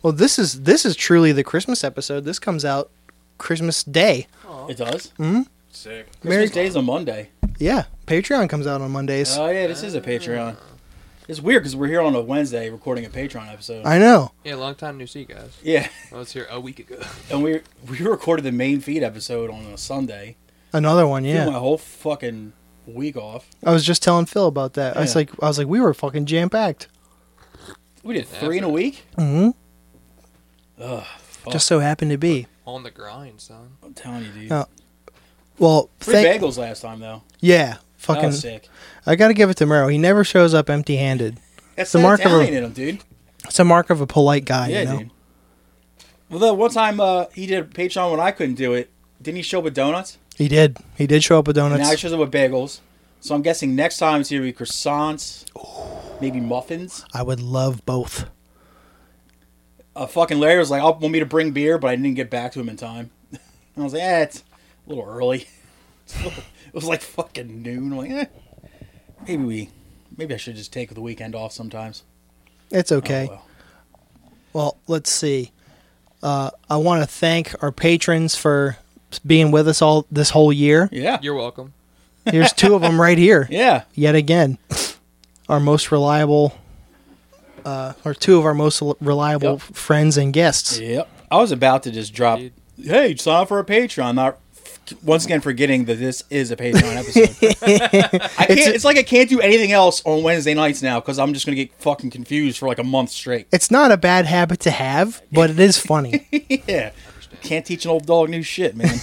Well, this is this is truly the Christmas episode. This comes out Christmas Day. It does. Sick. Hmm? Merry- Christmas Day is a Monday. Yeah, Patreon comes out on Mondays. Oh yeah, this is a Patreon. It's weird because we're here on a Wednesday recording a Patreon episode. I know. Yeah, long time no see, guys. yeah, I was here a week ago. and we we recorded the main feed episode on a Sunday. Another one, Yeah, yeah. my whole fucking week off. I was just telling Phil about that. I was Yeah. like, I was like, we were fucking jam packed. We did Yeah, three in a that's week. Mm-hmm. Ugh, fuck. Just so happened to be. On the grind, son. I'm telling you, dude. No, Well, Three thank- bagels last time though. yeah, That fucking. was sick. I got to give it to Merrill. He never shows up empty-handed. That's the the mark mark of a- Italian in him, dude. It's a mark of a polite guy, Yeah, you know. dude. Well, the one time uh, he did a Patreon when I couldn't do it, didn't he show up with donuts? He did. He did show up with And donuts. now he shows up with bagels. So I'm guessing next time it's either be croissants, maybe muffins. I would love both. Uh, fucking Larry was like, "I want me to bring beer," but I didn't get back to him in time. And I was like, "Eh, it's a little early." It's a little- it was like fucking noon. I'm like, eh, maybe we, maybe I should just take the weekend off sometimes. It's okay. Oh, well. Well, let's see. Uh, I want to thank our patrons for being with us all this whole year. Yeah, You're welcome. Here's two of them right here. yeah. Yet again, our most reliable, uh, or two of our most l- reliable Yep. friends and guests. Yep. I was about to just drop. Dude. Hey, sign up for a Patreon. Not once again forgetting that this is a Patreon episode. I can't. It's, like I can't do anything else on Wednesday nights now because I'm just gonna get fucking confused for like a month straight. It's not a bad habit to have, but it is funny. yeah. Can't teach an old dog new shit, man.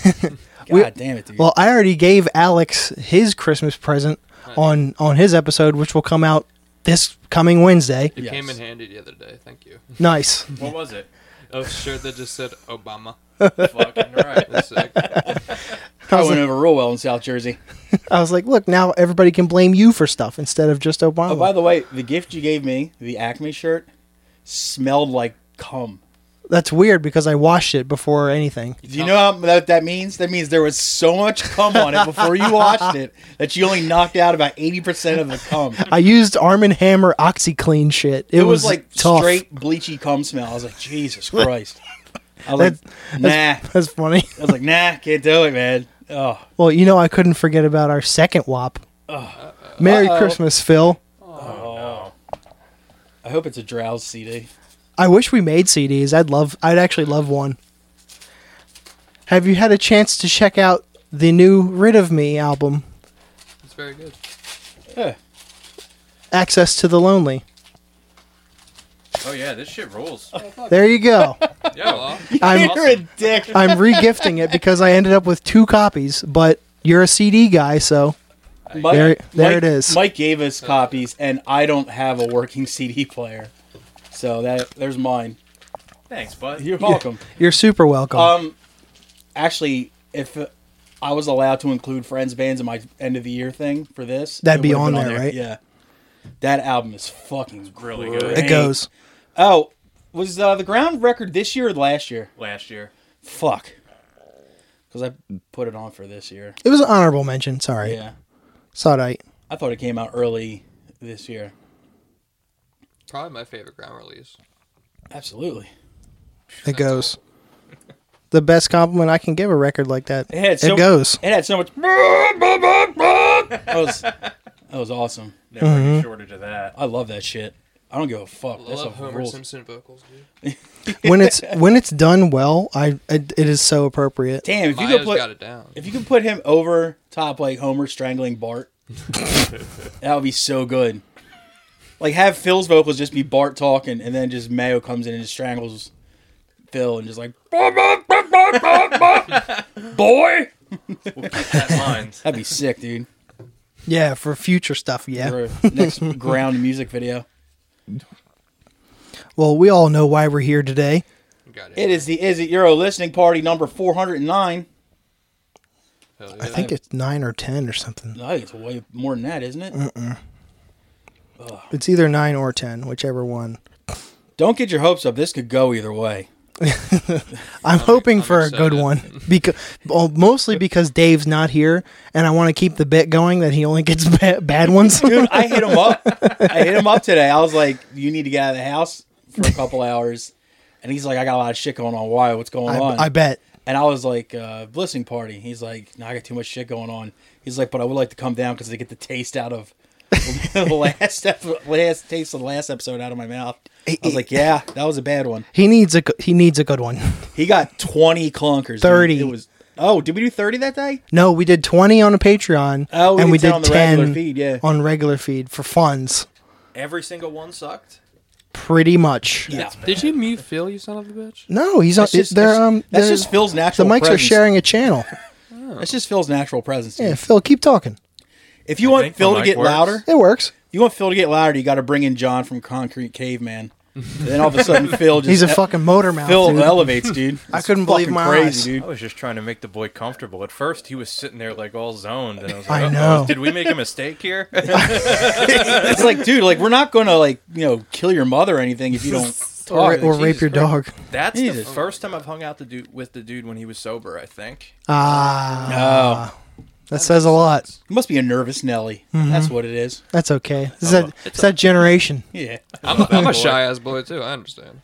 God damn it, dude. well, I already gave Alex his Christmas present on on his episode, which will come out this coming Wednesday. It came Yes. in handy the other day. Thank you. Nice. What was it? Oh, sure. That just said Obama. Fucking right. That's sick. I Oh. went over real well in South Jersey. I was like, look, now everybody can blame you for stuff instead of just Obama. Oh, by the way, the gift you gave me, the Acme shirt, smelled like cum. That's weird because I washed it before anything. Do you know how, what that means? That means there was so much cum on it before you washed it that you only knocked out about 80% of the cum. I used Arm and Hammer OxyClean shit. It, It was like tough. straight bleachy cum smell. I was like, Jesus Christ. I was like, nah. That's funny. I was like, nah, can't do it, man. Oh, Well, you know, I couldn't forget about our second WAP. Merry Uh-oh. Christmas, Phil. I hope it's a drowse CD. I wish we made CDs. I'd love. I'd actually love one. Have you had a chance to check out the new "Rid of Me" album, It's very good. Yeah. "Access to the Lonely"? Oh yeah, this shit rolls. There you go. Yeah, well, I'm You're a dick. I'm regifting it because I ended up with two copies, but you're a CD guy, so Mike, There- there Mike- it is. Mike gave us copies, and I don't have a working CD player, so that there's mine. Thanks, bud. You're welcome. you're super welcome. Um, actually, if I was allowed to include friends bands in my end of the year thing for this, That'd it be would've on been there, right? Yeah, that album is fucking really really good. good. it goes. Oh, was uh, the ground record this year or last year? Last year. Fuck, because I put it on for this year. It was an honorable mention. Sorry. Yeah, Sorry. I thought it came out early this year. probably my favorite ground release. Absolutely. It goes. The best compliment I can give a record like that. It had it so- goes. It had so much. that was that was awesome. Never shortage of that. I love that shit. I don't give a fuck. That's Love a Homer rules. Simpson vocals, dude. when it's when it's done well, I it, it is so appropriate. Damn, if you Maya's could put got it down. if you could put him over top like Homer strangling Bart, that would be so good. Like have Phil's vocals just be Bart talking, and then just Mayo comes in and just strangles Phil, and just like boy, That lines. that'd be sick, dude. Yeah, for future stuff. Yeah. For our next ground music video. Well, we all know why we're here today. Got It is the Is It Euro listening party number four hundred and nine. Hell I yeah. think it's nine or ten or something. I think it's way more than that, isn't it? It's either nine or ten, whichever one. Don't get your hopes up. This could go either way. I'm hoping I'm for a good excited. one because well, mostly because Dave's not here, and I want to keep the bit going that he only gets ba- bad ones. Dude, I hit him up. I hit him up today. I was like, "You need to get out of the house for a couple hours." And he's like, I got a lot of shit going on. Why? What's going I, on? I bet. And I was like, uh, listening party. He's like, no, I got too much shit going on. He's like, but I would like to come down because they get the taste out of the last ep- last taste of the last episode out of my mouth. I was like, yeah, that was a bad one. He needs a go- he needs a good one. He got twenty clunkers. 30. It was. Oh, did we do thirty that day? No, we did 20 on a Patreon Oh, we and did we 10 did on the 10 regular feed, yeah. on regular feed for funds Every single one sucked. pretty much. Yeah. Did you mute Phil, you son of a bitch? No, he's on That's just, they're that's, um that's they're- just Phil's the natural. mics are presence. sharing a channel. That's just Phil's natural presence. dude. Yeah, Phil, keep talking. If you I want think Phil the to mic get works. louder, It works. you want Phil to get louder, you got to bring in John from Concrete Caveman. And then all of a sudden, Phil just He's a e- fucking motor mouth. Phil dude. elevates, dude. I It's couldn't believe fucking my crazy, eyes. dude. I was just trying to make the boy comfortable. At first, he was sitting there like all zoned, and I was I like, "Uh-oh, know. Did we make a mistake here? It's like, dude, like we're not gonna like you know kill your mother or anything if you don't or, talk. or rape Jesus your Christ. dog. That's the Jesus. first time I've hung out the dude with the dude when he was sober. I think. Ah, Oh, that says a lot. it must be a nervous Nelly. Mm-hmm. That's what it is. That's okay. Oh, It's that, It's it's that generation. Yeah. I'm, I'm a shy ass boy too. I understand.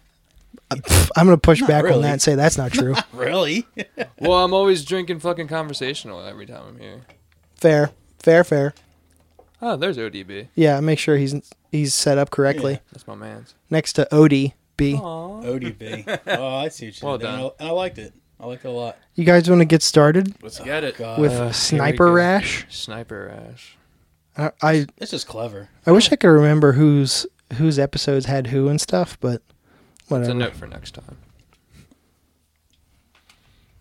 Pff, I'm gonna push back on really. that and say that's not true. Really? Well, I'm always drinking fucking conversational every time I'm here. fair, fair, fair. Oh, there's ODB. Yeah, make sure he's he's set up correctly That's my man's. next to Odie B. Oh. ODB. Oh, I see what you Well did there. done. And I liked it. I liked it a lot. You guys want to get started Let's get it. God, with Uh, here we Sniper go. Rash? Sniper Ash. I, I this is clever. I wish I could remember whose whose episodes had who and stuff, but It's whatever. a note for next time.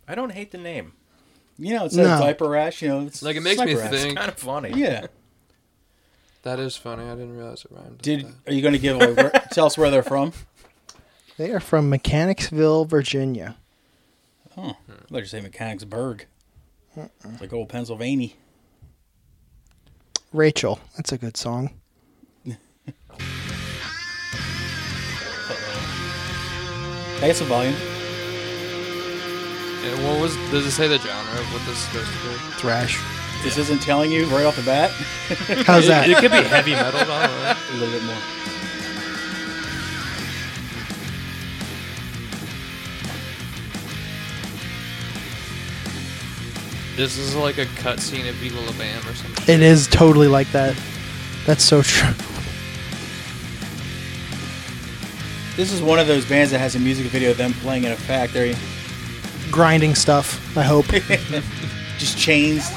I don't hate the name. You know, it says No. diaper rash. You know, it's Like it makes me sniper rash. think. Kind of funny. Yeah. That is funny. I didn't realize it rhymed. Did like that. are you going to give like, where, tell us where they're from? They are from Mechanicsville, Virginia. Oh, they're just saying Mechanicsburg. It's like old Pennsylvania. Rachel, that's a good song. Can I get some volume. Yeah, what was? Does it say the genre of what this is supposed to be? Thrash. This isn't telling you right off the bat. How's that? It could be heavy metal. Metal. I don't know. A little bit more. This is like a cutscene of Viva La Bam or something. It is totally like that. That's so true. This is one of those bands that has a music video of them playing in a factory, Grinding stuff. I hope. just chains.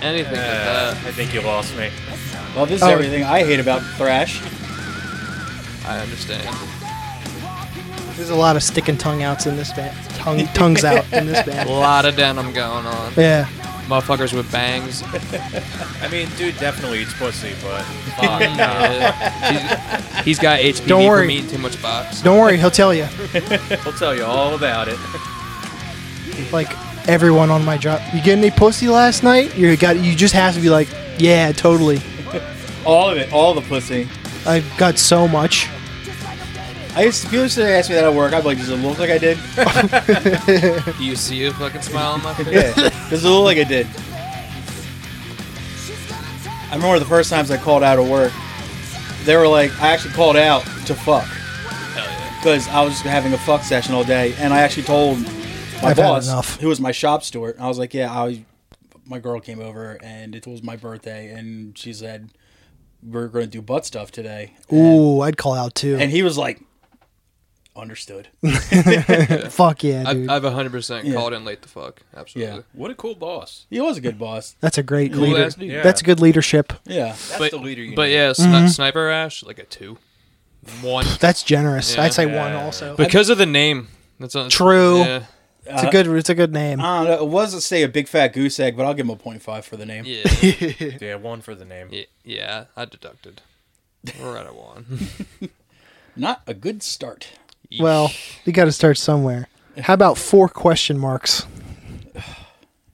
Anything Uh, like I think you lost me. Well, this is Oh. everything I hate about thrash. that. I understand. There's a lot of sticking tongue outs in this band. Tongue tongues out in this A band. lot of denim going on. Yeah. Motherfuckers with bangs. Fuck, I mean, dude definitely eats pussy, but yeah. He's- he's got HPV Don't worry. from eating too much box. Don't worry, he'll tell you. he'll tell you all about it. Like everyone on my job. You get any pussy last night? You got. You just have to be like, yeah, totally. All of it, all the pussy. I got so much. I used to, people used to ask me that at work. I'd be like, does it look like I did? Do you see a fucking smile on my face? Yeah. does it look like I did? I remember the first times I called out of work, they were like, I actually called out to fuck. Because I was having a fuck session all day, and I actually told my I've had boss, enough. who was my shop steward, I was like, Yeah, I was, my girl came over, and it was my birthday, and she said, We're going to do butt stuff today. Ooh, I'd call out too. And he was like, Understood. Fuck yeah, I've, dude. I've 100% Yeah. called in late to fuck. Absolutely. Yeah. What a cool boss. He was a good boss. That's a great Cool leader. ass dude. Yeah. That's good leadership. Yeah. That's But, the leader you but need. yeah, sni- Mm-hmm. Sniper Ash, like a two. One. That's generous. Yeah. I'd say one Yeah. also. Because of the name. That's on, True. Yeah. It's a good. It's a good name. I don't know. It wasn't say a big fat goose egg, but I'll give him a point five for the name. Yeah. Yeah, one for the name. yeah. yeah, I deducted. We're at a one. Not a good start. Well, you got to start somewhere. How about four question marks?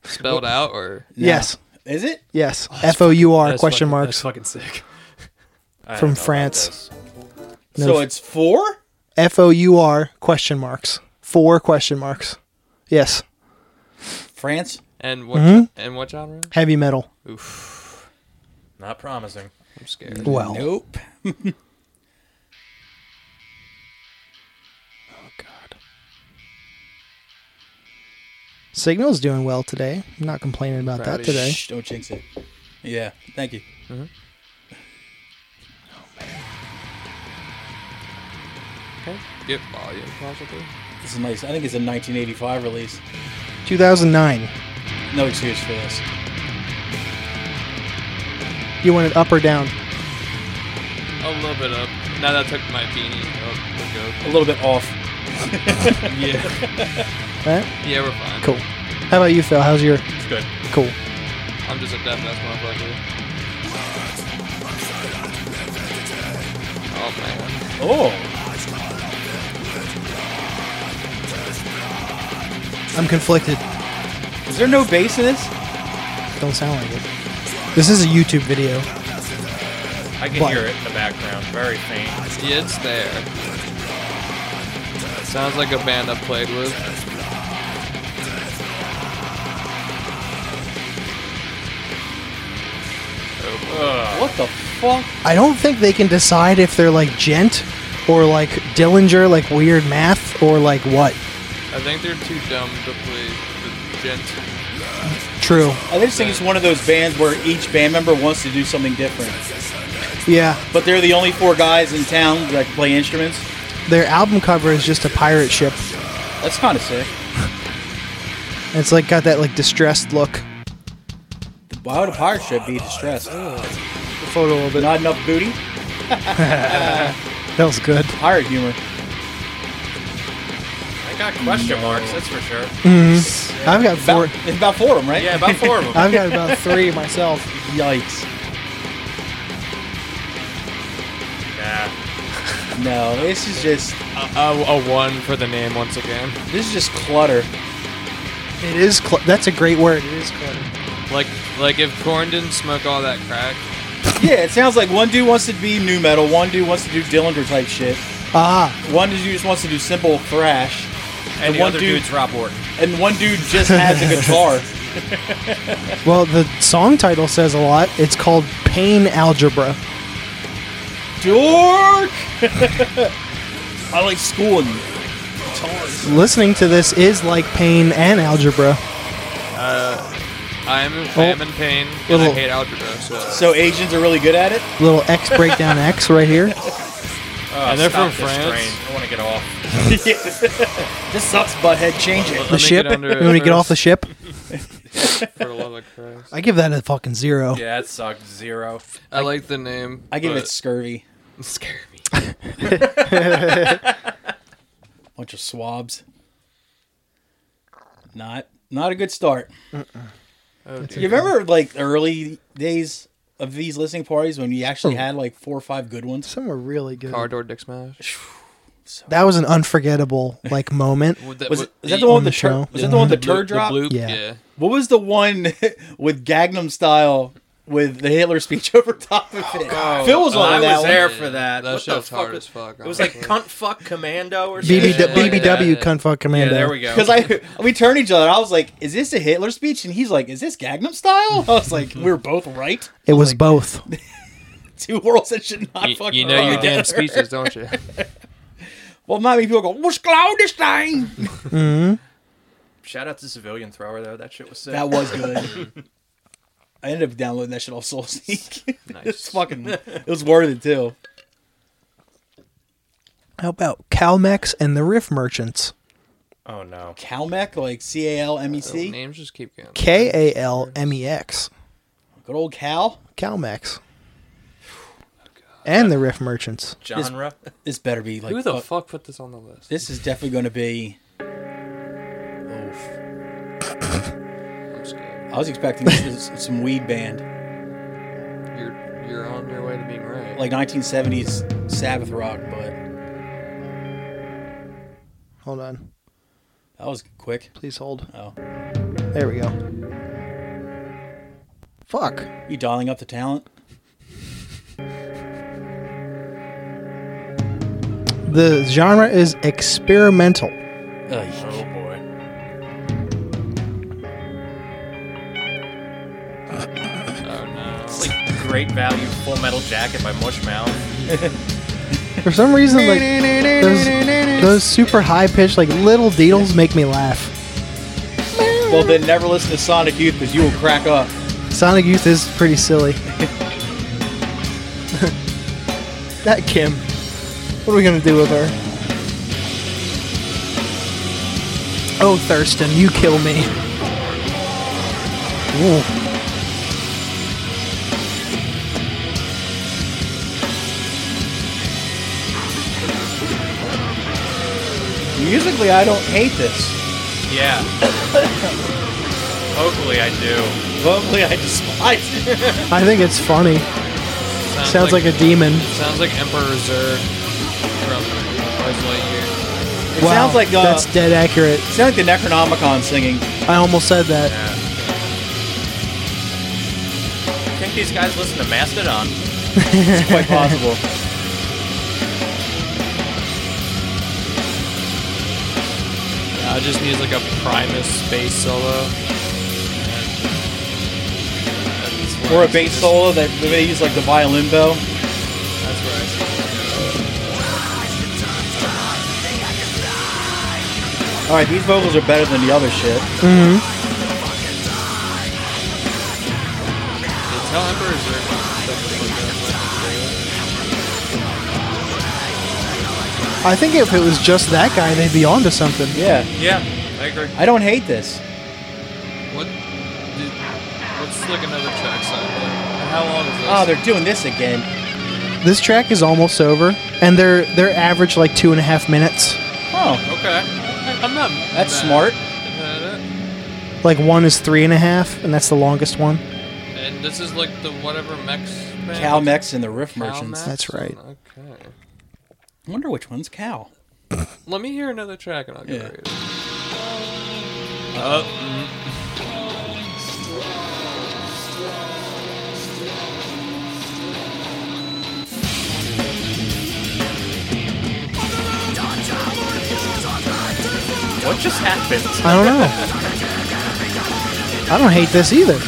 Spelled out or. Yes. Is it? Yes. F O U R That's question fucking, marks. That's fucking sick. I don't From know about France. this. No. So it's four? F O U R question marks. Four question marks. Yes. France? Mm-hmm. And what, and what genre? Heavy metal. Oof. Not promising. I'm scared. Well, Nope. oh god. Signal's doing well today. I'm not complaining about that Proud as today. Shh, don't jinx it. Yeah, thank you. Okay. Get volume possibly. This is nice. I think it's a 1985 release. 2009. No excuse for this. You want it up or down? A little bit up. Now that I took my beanie. Oh, A little bit off. we're good. Yeah. Right? yeah, we're fine. Eh, Cool. How about you, Phil? How's your It's good. cool? I'm just a deaf ass motherfucker. Oh man. Oh, I'm conflicted. is there no bass in this? Don't sound like it. This is a YouTube video. I can What? hear it in the background, very faint. Yeah, it's there. Sounds like a band I played with. Ugh. What the fuck? I don't think they can decide if they're like gent or like Dillinger, like weird math, or like what. I think they're too dumb to play the gent. True. I just think it's one of those bands where each band member wants to do something different, Yeah. but they're the only four guys in town that can play instruments. Their album cover is just a pirate ship. That's kind of sick. And It's like got that like distressed look. Why would a pirate ship be distressed? The photo a little Not enough booty. That was good. Pirate humor. I got question marks, that's for sure. I've got About, four. it's about four of them, right? Yeah, about four of them. I've got about three myself. Yikes. nah. No, this is just A, a one for the name once again. this is just clutter. It is. Cl- that's a great word. It is cluttered. Like like if Corn didn't smoke all that crack. Yeah, it sounds like one dude wants to be new metal, one dude wants to do Dillinger type shit, Ah, one dude just wants to do simple thrash, And the one other dude- dude's Rob Ward. and one dude just has a guitar. well, the song title says a lot. It's called Pain Algebra. Dork! I like school and guitars. Listening to this is like pain and algebra. I am, I am in pain and I Little- hate algebra. So, So Asians are really good at it. Little X breakdown X right here. Uh, And they're stop from this France? train. I want to get off. This sucks, butthead. Change it. Let The me ship. Get under You want me to it get off the first, ship? For the love of Christ. I give that a fucking zero. Yeah, it sucked. Zero. I like the name. I give but it scurvy. scare me. Bunch of swabs. Not not a good start. Uh-uh. Oh, dear. You remember like the early days of these listening parties when you actually had like four or five good ones? Some were really good. Car door dick smash. That was an unforgeable like moment. Would that- Was, would- it, was that the one with the the tur- show? was that the one with the blue- turd drop? blue- Yeah. yeah. What was the one with Gagnum style with the Hitler speech over top of it? Phil was Oh, on I that was one. there for that. That What shit the was hard fuck? as fuck. It was like honestly. cunt fuck commando or something. BB, like that. BBW yeah. Kung Fu Yeah, Commando. there we go. Because I we turned each other. I was like, "Is this a Hitler speech?" And he's like, "Is this Gangnam Style?" I was like, "We were both right. It was both. Two worlds that should not You, fuck." you know your together." damn speeches, don't you? Well, not many people go. What's Claudestein? Shout out to Civilian Thrower though. That shit was sick. That was good. I ended up downloading that shit off Soul Sneak. it's nice. fucking. It was worth it too. How about Calmex and the Riff Merchants? Oh no. Calmec, like C A L M E The C. names just keep going. K A L M E X. Good old Cal. Calmex. And the Riff Merchants. Genre. This better be like. Who the fuck- fuck put this on the list? This is definitely going to be. Oof. I'm scared. I was expecting this was some weed band, You're you're on your way to being right. like 1970s Sabbath rock, but Hold on. that was quick. Please hold. Oh, There we go. Fuck. you dialing up the talent? The genre is experimental. Ugh. Oh boy. oh no. It's like Great Value Full Metal Jacket by Mushmouth. For some reason, like those, those super high pitched, like little deedles make me laugh. Well, then never listen to Sonic Youth because you will crack up. Sonic Youth is pretty silly. that Kim. What are we gonna do with her? Oh, Thurston, you kill me. Ooh. Musically, I don't hate this. Yeah. Hopefully I do. Vocally, I despise it. I think it's funny. Sounds, Sounds like a demon. sounds like Emperor Zurg from Buzz Lightyear. It sounds like uh, that's dead accurate. it sounds like the Necronomicon singing. I almost said that. think these guys listen to Mastodon. It's quite possible. Yeah, I just need like a Primus space solo. or a bass solo that they use like the violin bow. That's where I All right, these vocals are better than the other shit. Yeah, tell Emperor Zurg definitely look I think if it was just that guy, they'd be onto something. Yeah, Yeah, I agree. I don't hate this. at What? Did, what's like another track side? Like, how long is this? Oh, they're doing this again. This track is almost over, and they're they're average like two and a half minutes. Oh, okay. I- I'm not. that's mad smart. at it. Like one is three and a half, and that's the longest one. And this is like the whatever Mex. band? Calmex and the Riff Cal Merchants. Mex? That's right. Okay. I wonder which one's Cal. Let me hear another track and I'll get Yeah. ready. Uh, mm, What just happened? I don't know. I don't hate this either.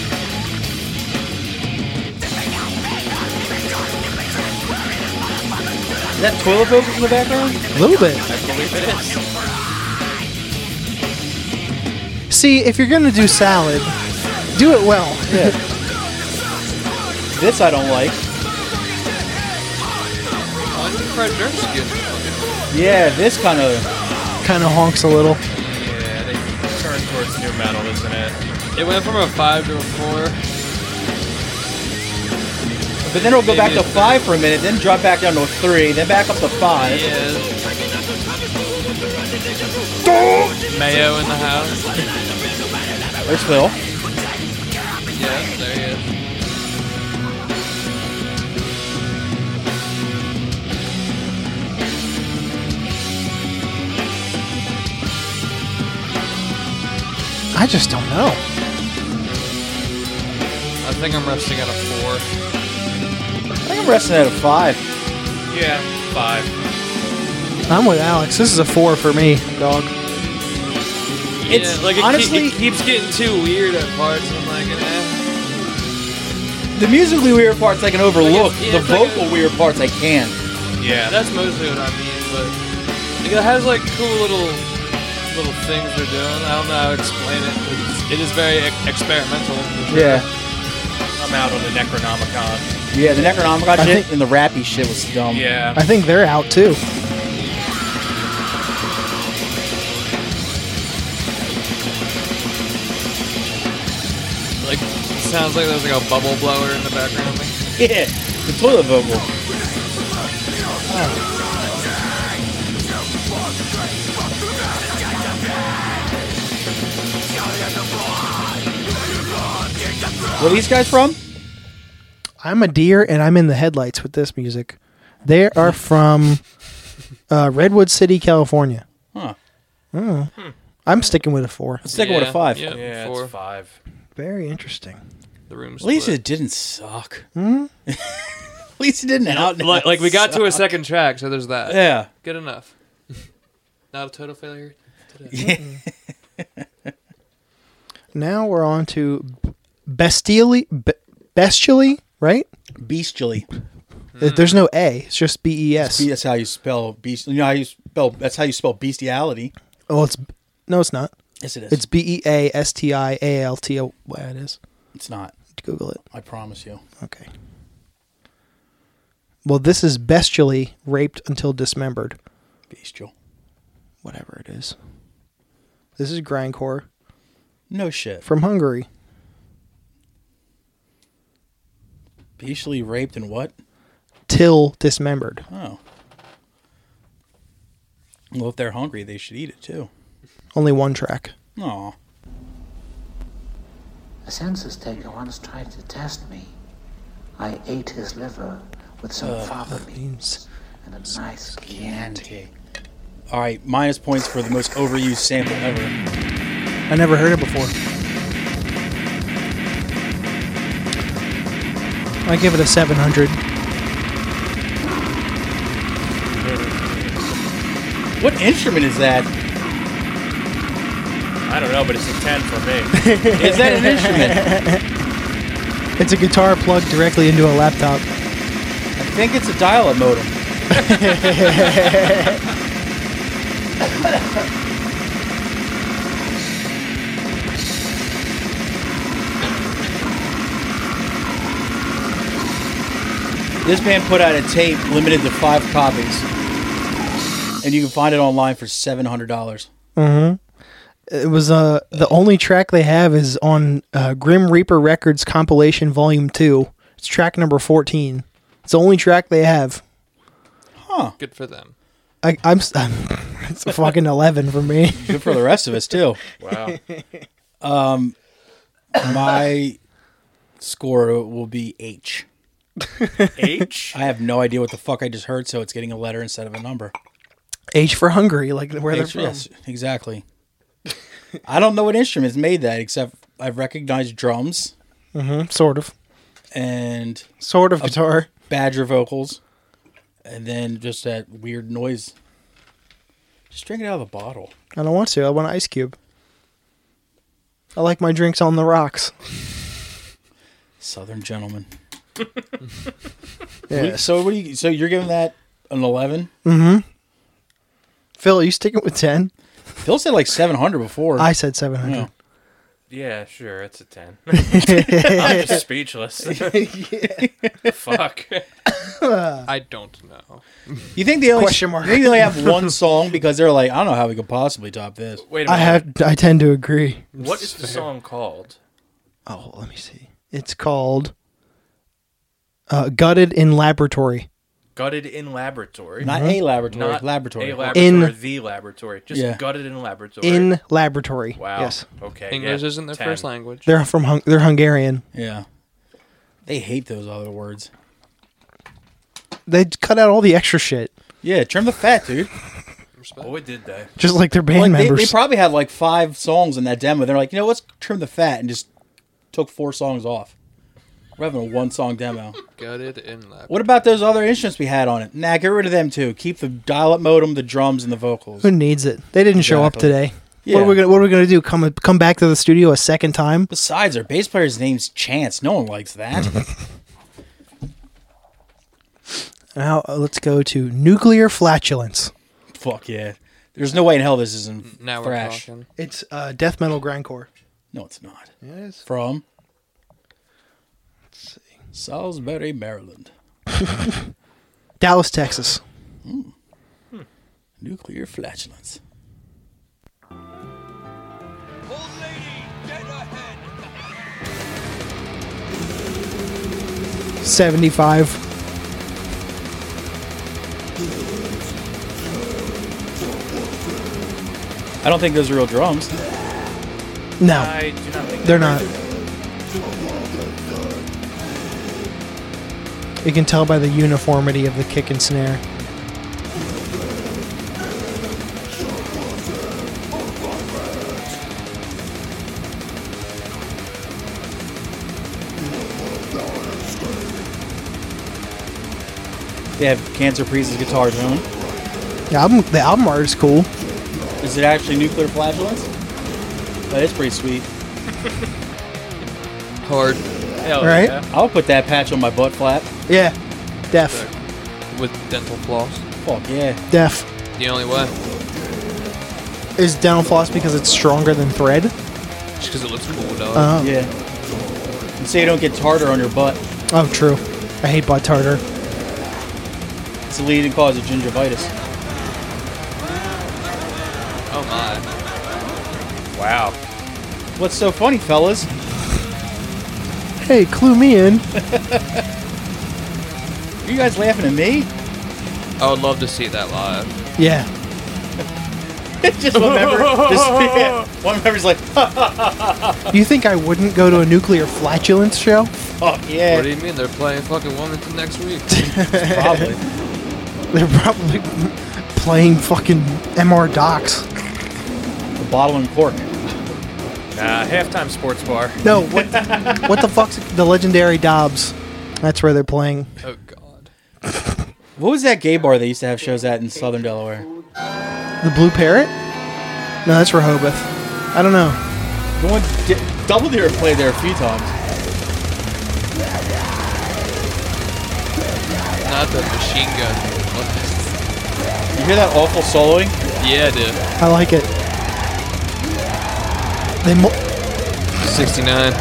Is that toilet vocals in the background? A little bit. I believe it is. See, if you're gonna do salad, do it well. Yeah. this I don't like. on your fried jerk skin. Yeah, this kind of. kind of honks a little. Yeah, they turn towards new metal, isn't it? It went from a five to a four. But then it'll go back to five for a minute, then drop back down to a three, then back up to five. Yeah. Mayo in the house. There's Phil. Yeah, there he is. I just don't know. I think I'm resting at a four. I think I'm resting at a five. Yeah, five. I'm with Alex. This is a four for me, dog. It's yeah, like it, honestly, honestly, keeps getting too weird at parts. I'm like, eh. the musically weird parts I can overlook. yeah, the it's like a- vocal weird parts I can. Yeah. That's mostly what I mean, but like, it has like cool little little things they're doing. I don't know how to explain it. It's, it is very e- experimental. Yeah. I'm out on the Necronomicon. Yeah, the Necronomicon I shit think- and the rappy shit was dumb. Yeah. I think they're out too. Like, it sounds like there's like a bubble blower in the background. Like, Yeah, the toilet vocal. Where are these guys from? I'm a deer and I'm in the headlights with this music. They are from uh, Redwood City, California. Mm. Huh. I'm sticking with a four. Let's take it with a five. Yeah, Yeah, four. it's five. Very interesting. The room's At least split. it didn't suck. Hmm? At least it didn't out. like, like we got to a second track, so there's that. Yeah. Good enough. Not a total failure. Today. Now we're on to bestially, be, bestially, right? Beastly. Th- There's no A. It's just B E S. See, that's how you spell beast. You know how you spell. That's how you spell bestiality. Oh, it's no, it's not. Yes, it is. It's B E A S T I A L T O. Why it is? It's not. Google it. I promise you. Okay. Well, this is bestially raped until dismembered. Bestial. Whatever it is. This is grindcore No shit. from Hungary. Beastly raped and what? Till dismembered. Oh. Well, if they're hungry, they should eat it too. Only one track. Aw. A census taker once tried to test me. I ate his liver with some Uh, fava beans and a nice Chianti. All right, minus points for the most overused sample ever. I never heard it before. I give it a 700. What instrument is that? I don't know, but it's a 10 for me. Is that an instrument? It's a guitar plugged directly into a laptop. I think it's a dial-up modem. This band put out a tape limited to five copies, and you can find it online for seven hundred dollars. It was uh, the only track they have is on uh, Grim Reaper Records compilation volume 2. It's track number 14. It's the only track they have. Good for them. I, I'm, s- It's a fucking 11 for me. Good for the rest of us too. Wow. My score will be H. H? I have no idea what the fuck I just heard, so it's getting a letter instead of a number. H for Hungary, like where they're H- from. yes, exactly. I don't know what instruments made that, except I've recognized drums Mm, Sort of. and Sort of guitar. badger vocals, and then just that weird noise. Just drink it out of the bottle. I don't want to. I want an ice cube. I like my drinks on the rocks. Southern gentleman. Yeah. So what do you? So you're giving that an eleven? Phil, are you sticking with 10? Phil said like seven hundred before. I said 700. No. Yeah, sure, it's a 10. I'm just speechless. Fuck. Uh, I don't know. You think they only Question mark. You think they only have one song because they're like, I don't know how we could possibly top this. Wait a minute. I have. I tend to agree. What is the song called? Oh, let me see. It's called uh, "Gutted in Laboratory." Gutted in Laboratory. Not Uh-huh. a laboratory. Not laboratory. A laboratory. In- the laboratory. Just Yeah. gutted in laboratory. In laboratory. Wow. Yes, Okay. English yeah, isn't their 10. first language. they're from. Hung- they're Hungarian. yeah. They hate those other words. They cut out all the extra shit, Yeah, trim the fat, dude. Respect. Boy, Oh, did they. just like their band Like, they, members. they probably had like five songs in that demo. They're like, you know, let's trim the fat and just took four songs off. We're having a one song demo. Gutted in lab. What about those other instruments we had on it? Nah, get rid of them too. Keep the dial up modem, the drums, and the vocals. Who needs it? They didn't show up Exactly. today. Yeah. What are we gonna What are we gonna do? Come come back to the studio a second time? Besides, our bass player's name's Chance. No one likes that. Now uh, let's go to nuclear flatulence. Fuck yeah. There's no way in hell this isn't Now we're thrash. talking. It's uh, death metal grindcore. No, it's not. Yes. From? Salisbury, Maryland. Dallas, Texas. Nuclear flatulence. Seventy five. I don't think those are real drums. No, I do not think they're not. You can tell by the uniformity of the kick and snare. They have Cancer Priest's guitars on them. The album, the album art is cool. Is it actually nuclear flatulence? That is pretty sweet. Hard. That Hell Right? yeah. I'll put that patch on my butt flap. Yeah. Deaf. With dental floss. Fuck yeah. Deaf. The only way. Is down floss because it's stronger than thread? Just because it looks cool, dog. Oh. Yeah. And so you don't get tartar on your butt. Oh, true. I hate butt tartar. It's the leading cause of gingivitis. oh my. Wow. What's so funny, fellas? Hey, clue me in. Are you guys laughing at me? I would love to see that live. Yeah. just one member. Just, yeah, one member's like, "Huh, You think I wouldn't go to a nuclear flatulence show? fuck What do yeah. you mean? They're playing fucking Wilmington next week. Probably. They're probably playing fucking MR Docs. The bottle and cork. Nah, halftime sports bar. No, what, what the fuck's the legendary Dobbs? That's where they're playing. oh god. What was that gay bar they used to have shows at in southern Delaware? The Blue Parrot? No, that's Rehoboth. I don't know. The one D- Double Deer played there a few times. Not the machine gun. What You hear that awful soloing? the- Yeah, dude. I like it. They mul 69.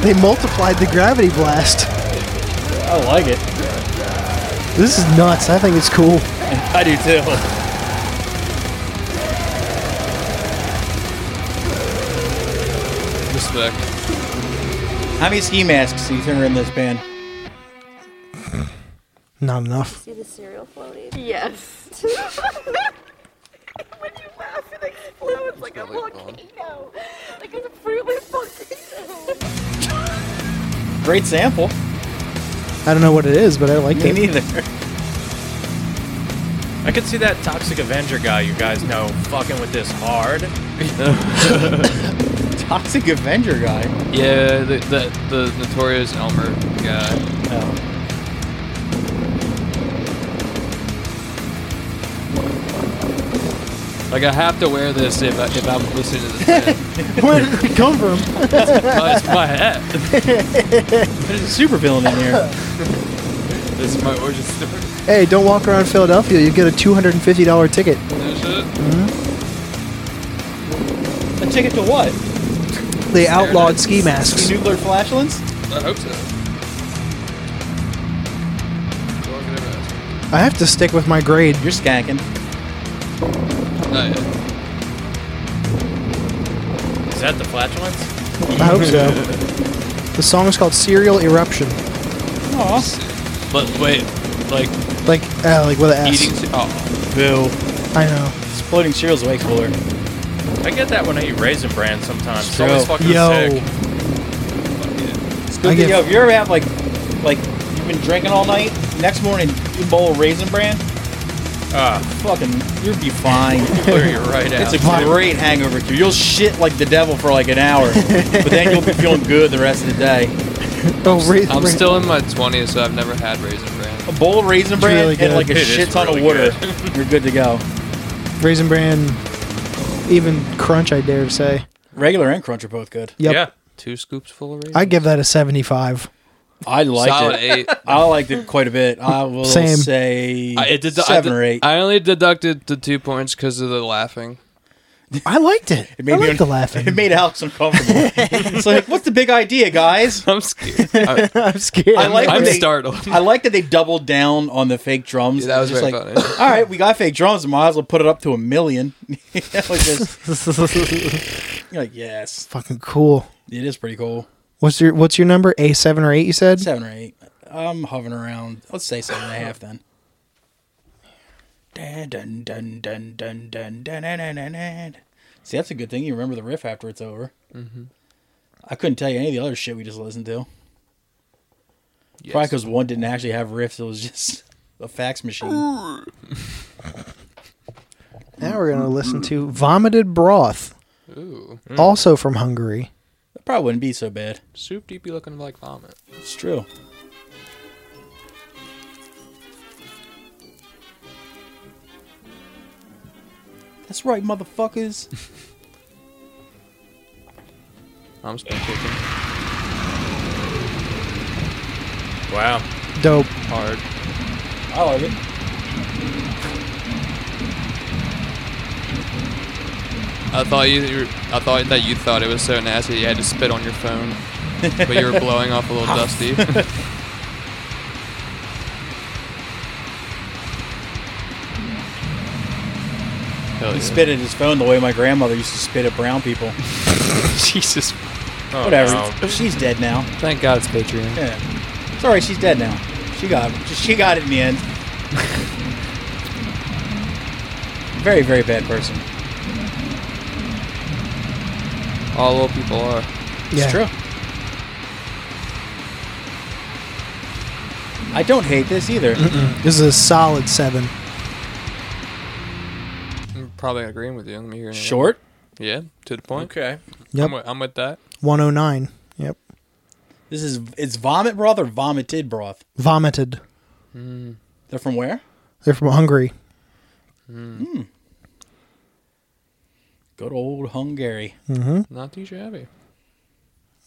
they multiplied the gravity blast. I like it. This is nuts. I think it's cool. I do too. Respect. How many ski masks do you think are in this band? Not enough. See the cereal floating? Yes. when you laugh, it explodes like a volcano. Like a fruitless volcano. Great sample. I don't know what it is, but I like Me it. neither. I could see that Toxic Avenger guy you guys know fucking with this hard. Toxic Avenger guy. Yeah, the, the, the notorious Elmer guy. Oh. Like, I have to wear this if, I, if I'm listening to this band. Where did it come from? oh, it's my hat. There's a super villain in here. This is my origin story. Hey, don't walk around Philadelphia. You get a $250 ticket. No shit. a ticket to what? They outlawed ski masks. Nuclear flatulence? I hope so. Well, I could never ask. I have to stick with my grade. You're skanking. Not yet. Is that the flatulence? I hope so. The song is called Serial Eruption. Aw. But wait, like Like, uh, like with an S. eating. Oh, Boo. I know. Exploding cereal's way cooler. I get that when I eat Raisin Bran sometimes. It's True. always fucking Yo. sick. It's good I to get- yo, if you're at like like you've been drinking all night, next morning you bowl of raisin bran, Ah, fucking you'll be fine. clear you right out. It's a great hangover cure. You'll shit like the devil for like an hour, but then you'll be feeling good the rest of the day. Oh, ra- I'm ra- still in my 20s, so I've never had raisin bran. A bowl of raisin bran really and like a good. It is shit ton of really water, you're good to go. Raisin Bran, even Crunch, I dare say. Regular and crunch are both good. Yep. yeah. Two scoops full of raisin. I give that a 75. I liked solid it. eight. I liked it quite a bit. I will Same. say I, it did, seven I, did- or eight. I only deducted the two points because of the laughing. I liked it. I It me liked un- the laughing. It made Alex uncomfortable. it's like, what's the big idea, guys? I'm scared. I, I'm scared. I like- I'm They- startled. I like that they doubled down on the fake drums. Yeah, that was It's just very like, funny. All right, we got fake drums. Might as well put it up to a million. That was just- you're like, yes, Fucking cool. it is pretty cool. What's your What's your number? A seven or eight? You said. Seven or eight. I'm hovering around. Let's say seven and a half then. Dun, dun, dun, dun, dun, dun, dun, dun, dun, dun, dun. See, that's a good thing. You remember the riff after it's over. I couldn't tell you any of the other shit we just listened to. Probably because one didn't actually have riffs. It was just a fax machine. Now we're gonna listen to vomited broth, Ooh, also from Hungary. That probably wouldn't be so bad. soup deepy looking like vomit. It's true. That's right, motherfuckers. I'm still kicking. Wow. Dope. Hard. I like it. I thought you, you were- I thought that you thought it was so nasty you had to spit on your phone, but you were blowing off a little dusty. Hell yeah. He spit at his phone the way my grandmother used to spit at brown people. Jesus. Oh, Whatever. no. She's dead now. Thank God it's Patreon. Yeah. It's alright, she's dead now. She got she got it in the end. very, very bad person. All old people are. Yeah. It's true. I don't hate this either. This is a solid seven. I'm probably agreeing with you. Let me hear. another- Short? Yeah, to the point. Okay. Yep. I'm, with, I'm with that. 109. Yep. This is it's vomit broth or vomited broth. Vomited. They're from where? They're from Hungary. Good old Hungary. Not too shabby.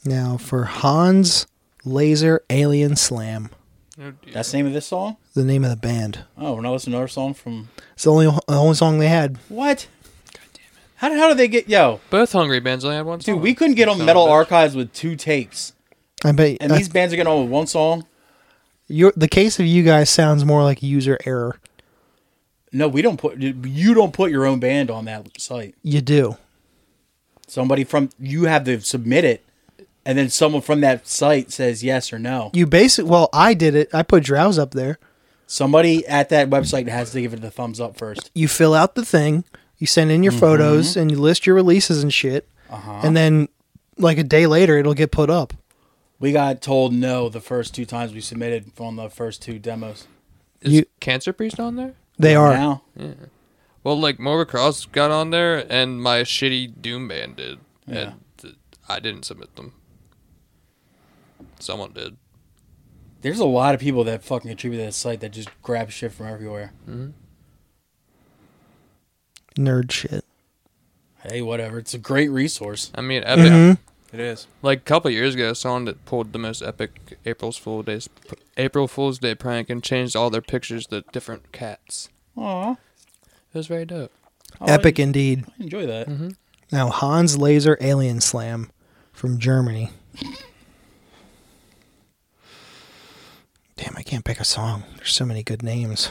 Now for Hans Laser Alien Slam, Oh, dear. That's the name of this song? the name of the band. Oh, we're not listening to another song from It's the only the only song they had. What? How the hell did they get yo? Both hungry bands only had one song. Dude, we couldn't get on Son of Metal a bitch. Archives with two tapes, I bet and uh, these bands are getting on with one song. your, the case of you guys sounds more like user error. No, we don't put you don't put your own band on that site. You do. Somebody from you have to submit it, and then someone from that site says yes or no. You basic. Well, I did it. I put Drowse up there. Somebody at that website has to give it the thumbs up first. You fill out the thing. You send in your Mm-hmm. photos and you list your releases and shit. Uh-huh. And then, like a day later, it'll get put up. We got told no the first two times we submitted on the first two demos. Is you- Cancer Priest on there? They are. Now Well, like Morbid Cross got on there, and my shitty Doom band did. Yeah. And th- I didn't submit them. Someone did. there's a lot of people that fucking contribute to that site that just grab shit from everywhere. Nerd shit. Hey, whatever. It's a great resource. I mean, Epic. It is. Like a couple years ago, someone that pulled the most epic April's Fool Days, April Fool's Day prank and changed all their pictures to different cats. Aw, It was very dope. I Epic indeed. Enjoy that. Now Hans Laser Alien Slam from Germany. Damn, I can't pick a song. There's so many good names.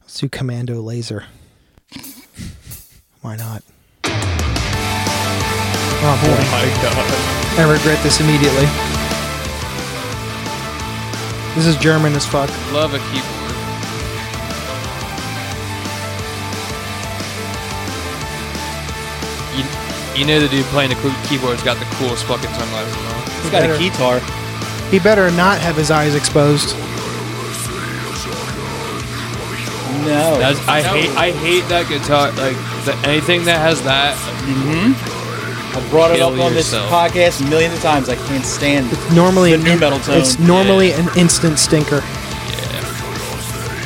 Let's do Commando Laser. Why not? Oh boy, My God. I regret this immediately. This is German as fuck. Love a keyboard. You, you know the dude playing the cool keyboard's got the coolest fucking sunglasses on. He's got Better. a guitar. He better not have his eyes exposed. No. That's, I hate I hate that guitar. Like the, anything that has that. I brought it up Kill on this yourself. podcast millions of times. I can't stand Normally, the an new in- metal tone. It's normally an instant stinker.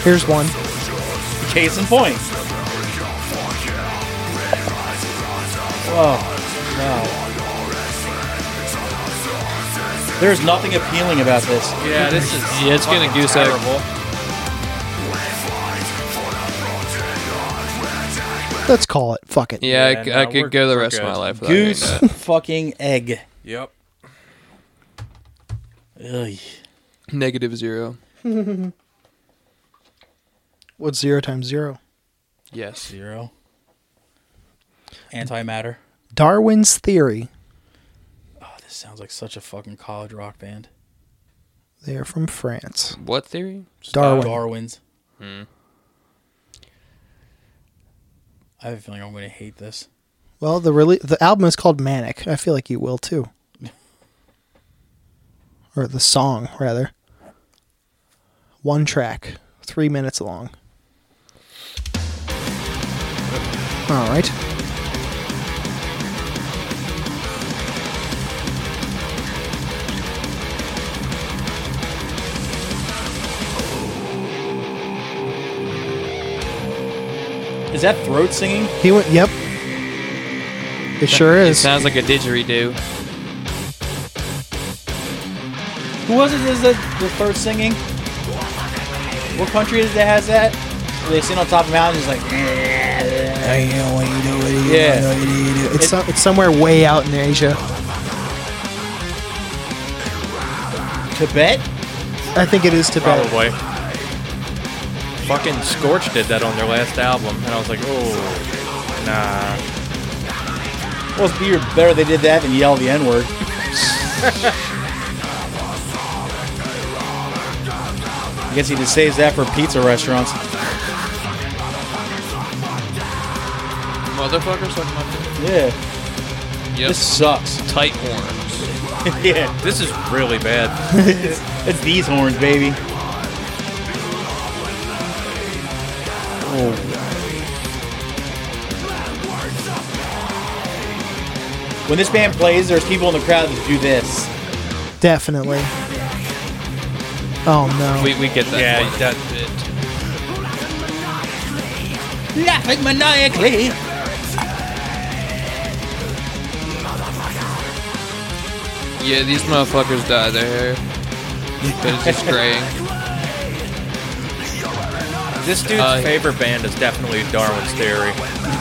Here's one. Case in point. Oh, no. There's nothing appealing about this. Yeah, this is. Yeah, it's gonna fucking goose egg. terrible. Let's call it. Fuck it. Yeah, Yeah, I c- no, I, could we're- go the we're rest of good. my life without hearing Goose that. fucking egg. Yep. Ugh. Negative zero. What's zero times zero? Yes. Zero. Antimatter. Darwin's theory. Oh, this sounds like such a fucking college rock band. They are from France. What theory? Darwin. Darwin's. Hmm. I have a feeling I'm going to hate this. Well, the rele- the album is called Manic. I feel like you will too. Or the song, rather. One track, three minutes long. All right. Is that throat singing? He went. Yep. It sure It is. sounds like a didgeridoo. Who was it? Is it the third singing? What country is that has that? Where they sing on top of mountains, like. "Mm." Yeah. It's, some, it's somewhere way out in Asia. Tibet? I think it is Tibet. Probably. Fucking Scorch did that on their last album, and I was like, oh, nah. Well, it's be better they did that than yell the N word. I guess he just saves that for pizza restaurants. Motherfuckers talking about Yeah. that? This sucks. Tight horns. yeah. This is really bad. It's these horns, baby. Oh. When this band plays, there's people in the crowd that do this. Definitely. Oh no. We, we get that. Yeah, point. that- Laughing maniacally. Yeah, these motherfuckers dye their hair. But it's just graying. This dude's Uh, favorite band is definitely Darwin's Theory.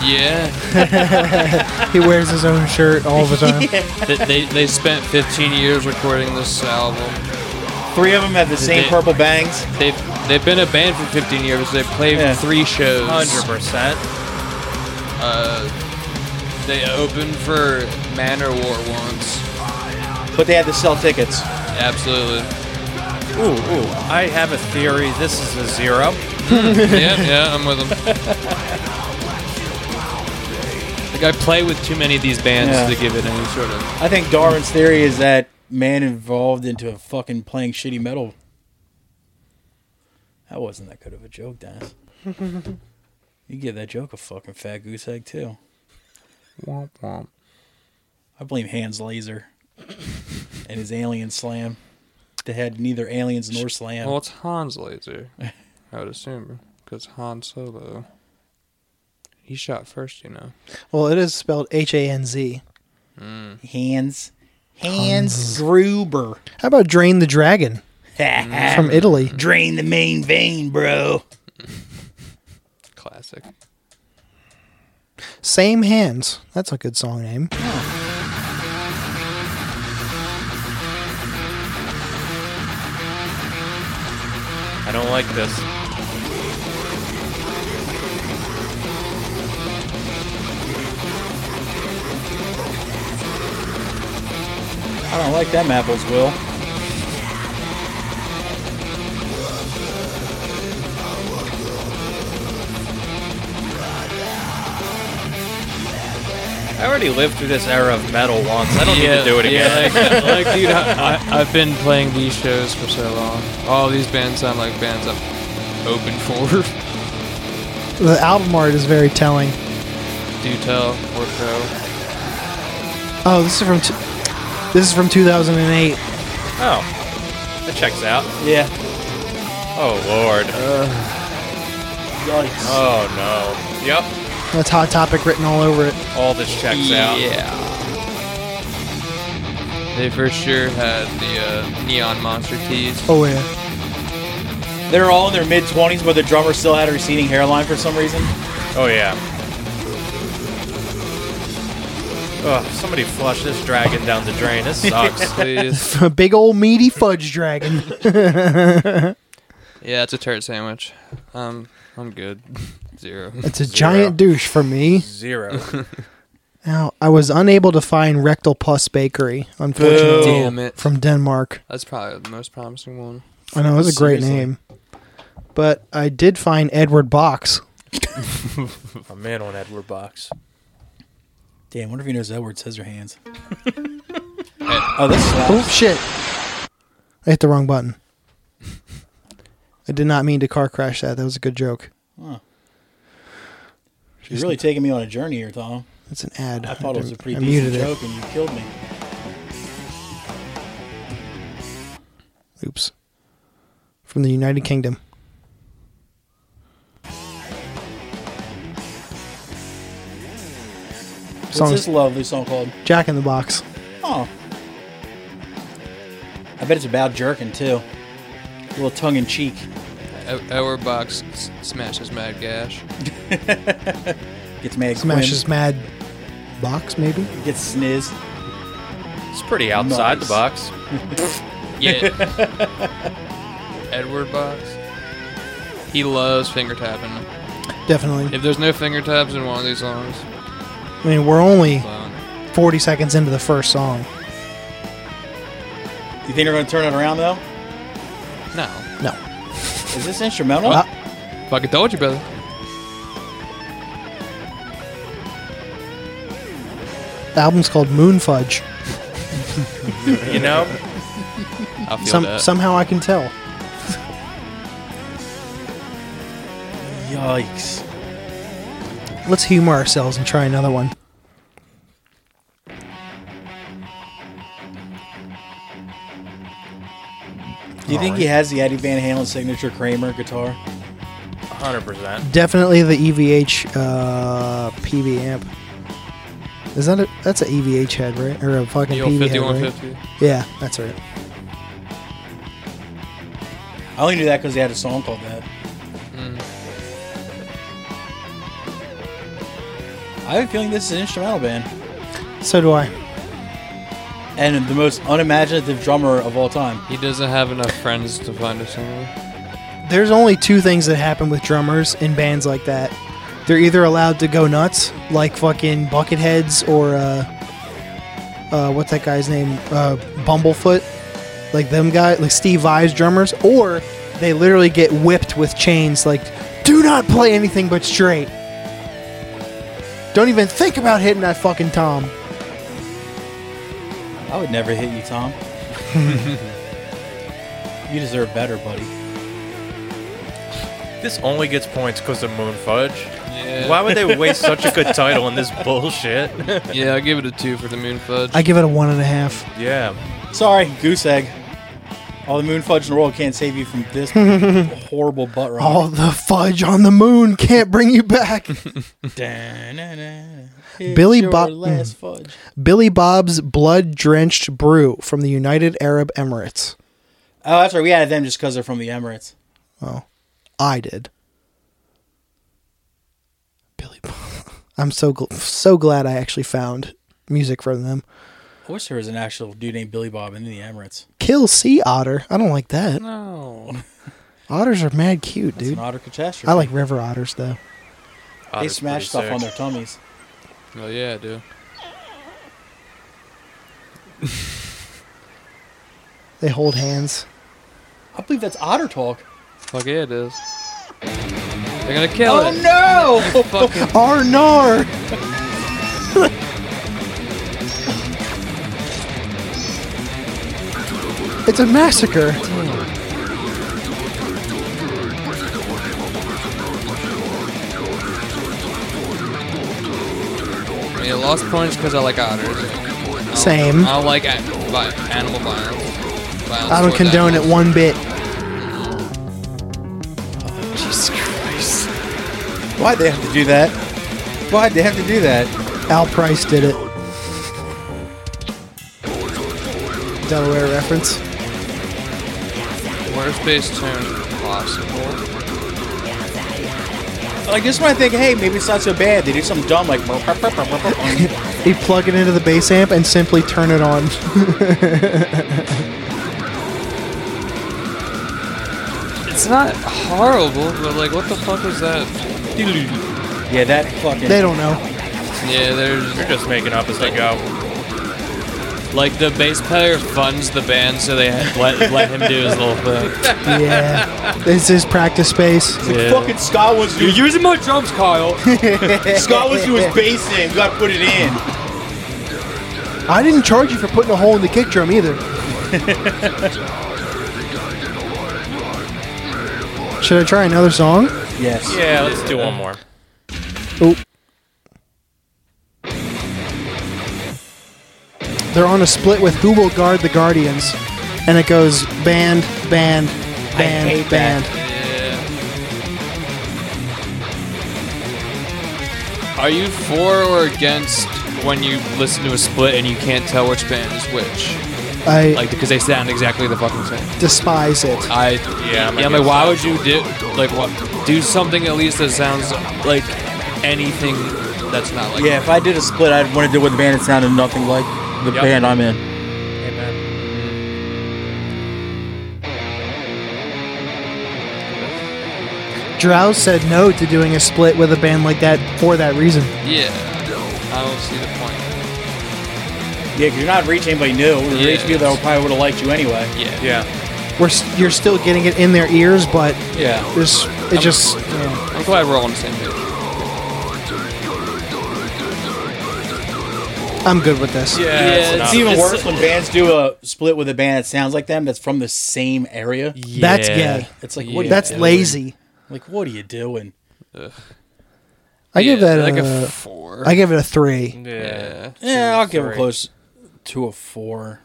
Yeah. He wears his own shirt all the time. They, they, they spent 15 years recording this album. Three of them have the same they- purple bangs. They've they've been a band for 15 years. They've played Yeah. three shows. 100%. Uh, they opened for Manor War once. But they had to sell tickets. Absolutely. Ooh, ooh. I have a theory. This is a zero. yeah, yeah, I'm with them. Like I play with too many of these bands Yeah. to give it any sort of. I think Darwin's theory is that man involved into fucking playing shitty metal. That wasn't that good of a joke, Dennis. you give that joke a fucking fat goose egg too. Womp womp. I blame Hans Laser and his alien slam. They had neither aliens nor slam. Well, it's Hans Laser, I would assume, because Han Solo. He shot first, you know. Well, it is spelled H A N Z. Hans, Hans Gruber. How about Drain the Dragon from Italy? Drain the main vein, bro. Classic. Same Hands. That's a good song name. I don't like this. I don't like them apples, Will. I already lived through this era of metal once. I don't need to do it again. Yeah, like, like, dude, I, I, I've been playing these shows for so long. All these bands sound like bands I've opened for. The album art is very telling. Do tell or so. Oh, this is from t- this is from 2008. Oh, that checks out. Yeah. Oh, Lord. Yikes. Oh, no. Yep. That's Hot Topic written all over it. All this checks out. Yeah. They for sure had the uh, neon monster tees. Oh yeah. They're all in their mid 20s, but the drummer still had a receding hairline for some reason. Oh, yeah. Ugh, somebody flush this dragon down the drain. This sucks. Please. A big old meaty fudge dragon. Yeah, it's a turd sandwich. Um, I'm good. Zero. It's a giant douche for me. Zero. Now, I was unable to find Rectal Pus Bakery, unfortunately. Boo. Damn it. Oh. From Denmark. That's probably the most promising one. I know it's a great Seriously. name. But I did find Edward Box. I'm in on Edward Box. Damn, wonder if he knows Edward Scissorhands. oh, this slaps. Oh shit. I hit the wrong button. I did not mean to car crash that. That was a good joke. You're really taking me on a journey here, Tom. It's an ad. I thought it was a didn't- pretty I decent muted joke, and you killed me. it. Oops. From the United Kingdom. What's Song's this lovely song called? Jack in the Box. Oh. I I bet it's about jerking too. A little tongue in cheek. O- Our E-, box s- smashes Mad Gash. Gets mad. Smashes mad box, maybe? Quinn. Gets sniz. It's pretty outside Nice. the box. Yeah. Edward box. He loves finger tapping. Definitely. If there's no finger taps in one of these songs, I mean, we're only well, 40 seconds into the first song. You think they're gonna turn it around though? no. No. Is this instrumental? Uh, Fucking told you, brother. the album's called Moon Fudge. You know? I feel Some, that. somehow I can tell. Yikes! Let's humor ourselves and try another one. Do you think he has the Eddie Van Halen signature Kramer guitar? 100%. Definitely the EVH uh, PV amp. Is that a that's an EVH head, right? Or a fucking The old PV head, 50, right? 150. Yeah, that's right. I only knew that because they had a song called that. Hmm. I have a feeling this is an instrumental band, So do I. and the most unimaginative drummer of all time. He doesn't have enough friends to find a singer. There's only two things that happen with drummers in bands like that. They're either allowed to go nuts, like fucking Bucketheads or uh, uh, what's that guy's name? Uh, Bumblefoot, like them guy, like Steve Vai's drummers, or they literally get whipped with chains. Like, do not play anything but straight. Don't even think about hitting that fucking tom. I would never hit you, Tom. you deserve better, buddy. This only gets points because of Moon Fudge. Yeah. Why would they waste such a good title on this bullshit? Yeah, I give it a two for the moon fudge. I give it a one and a half. yeah. Sorry, goose egg. All the moon fudge in the world can't save you from this horrible butt rock. All the fudge on the moon can't bring you back. Da-na-na. Billy It's your Bob- last fudge. Billy Bob's Blood Drenched Brew from the United Arab Emirates. Oh, that's right. We added them just because they're from the Emirates. I did. Billy Bob. I'm so gl- so glad I actually found music from them. I wish there was an actual dude named Billy Bob in the Emirates. Kill Sea Otter. I don't like that. no. Otters are mad cute, It's dude. an otter catastrophe. I like river otters though. They Otter's smash pretty stuff sick. on their tummies. Well, Oh, yeah, I do. They hold hands. I believe that's otter talk. Fuck yeah, it is. They're gonna kill Oh it. no! Fucking Arnar. it's a massacre. I mean, I lost points because I like otters. I Same. don't like a- vi- animal violence. Violence I don't towards condone it animals. one bit. Why'd they have to do that? Why'd they have to do that? Al Price did it. Delaware reference. Worst base turn possible. Like just when I think, hey, maybe it's not so bad. They do something dumb like. That's You plug it into the bass amp and simply turn it on. It's not horrible, but like, what the fuck was that? Yeah, that fucking. they don't know. Yeah, there's They're just making up as they go. like the bass player funds the band, so they had- let let him do his little thing. Yeah. this is practice space. Yeah. Fucking Scott wants to do using my drums, Kyle. Scott wants to do his bass in. You gotta put it in. I didn't charge you for putting a hole in the kick drum either. Should I try another song? Yes. Yeah, let's do one more. Oh. They're on a split with Who Will Guard the Guardians. And it goes band, band, band, hate band. that. Are you for or against when you listen to a split and you can't tell which band is which? I like because they sound exactly the fucking same. despise it. I Yeah, yeah, it might I'm be like, why upset. would you do like what? Do something at least that sounds like anything that's not like. Yeah, if I did a split, I'd want to do it with a band that sounded nothing like the Yep. band I'm in. Amen. Drow said no to doing a split with a band like that for that reason. Yeah. I don't see the point. Yeah, 'cause you're not reaching anybody new. You're Yeah. reaching people that probably would have liked you anyway. Yeah. Yeah. We're s- you're still getting it in their ears, but Yeah. there's it just you know, I'm glad we're all on the same page. I'm good with this. Yeah. Yeah, it's it's not- It's even It's- worse when bands do a split with a band that sounds like them that's from the same area. That's gay. It's like, what? Are you That's doing? lazy. Like, what are you doing? I give Yeah, that like a- a four. I give it a three. Yeah. Yeah, I'll give three. them close to a four.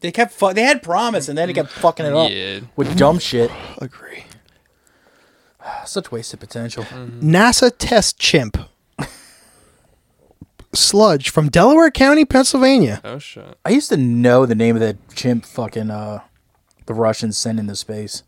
They kept fu- they had promise and then they kept fucking it up Yeah. with dumb shit. Agree. Such wasted potential. NASA test chimp. Sludge from Delaware County, Pennsylvania. Oh shit. I used to know the name of that chimp fucking uh the Russians sent into space.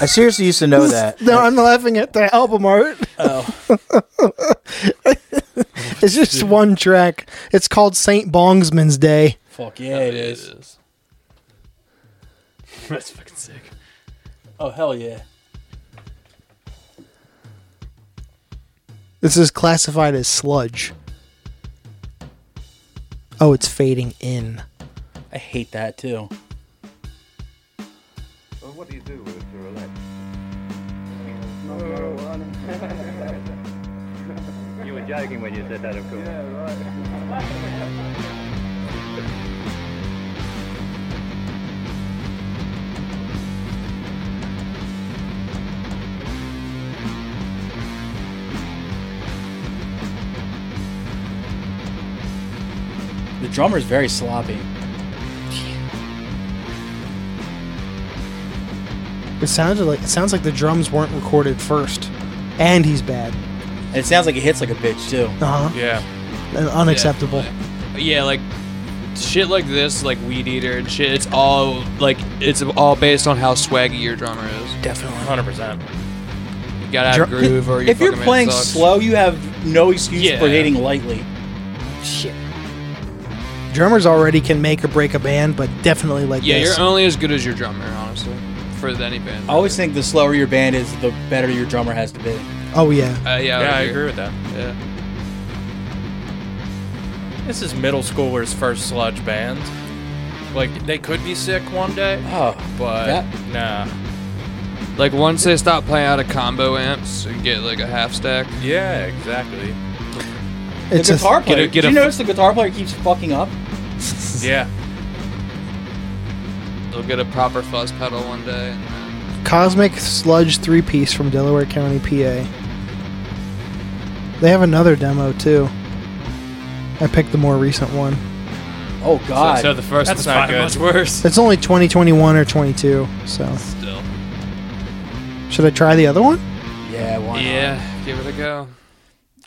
I seriously used to know that. No, I'm laughing at the album art. Oh. it's just one track. It's called St. Bongsman's Day. Fuck yeah, it is. That's fucking sick. Oh hell yeah. This is classified as sludge. Oh, it's fading in. I hate that too. You were joking when you said that, of course. The drummer's very sloppy. It sounded like it sounds like the drums weren't recorded first, and he's bad. And it sounds like it hits like a bitch too. Uh huh. Yeah. Unacceptable. Yeah, like shit like this, like Weed Eater and shit. It's all like it's all based on how swaggy your drummer is. Definitely. 100%. You gotta have Dr- groove or your If you're fucking band playing sucks. slow, you have no excuse Yeah. for hitting lightly. Drummers already can make or break a band, but definitely like Yeah, this. you're only as good as your drummer, honestly, for any band. I Oh, always think the slower your band is, the better your drummer has to be. oh yeah. Uh, yeah, Yeah, I would agree with that. Yeah. This is middle schooler's first sludge band. Like, they could be sick one day, Oh, but That- nah. Like once they stop playing out of combo amps and get like a half stack. Yeah, exactly. the It's a- guitar a- player. get Did a- you notice the guitar player keeps fucking up? Yeah. They'll get a proper fuzz pedal one day. And then Cosmic Sludge three piece from Delaware County, PA. They have another demo too. I picked the more recent one. Oh god. So the first That's one's not not good. much worse. It's only 2021 or 22, so still. should I try the other one? yeah, why not? Yeah, give it a go.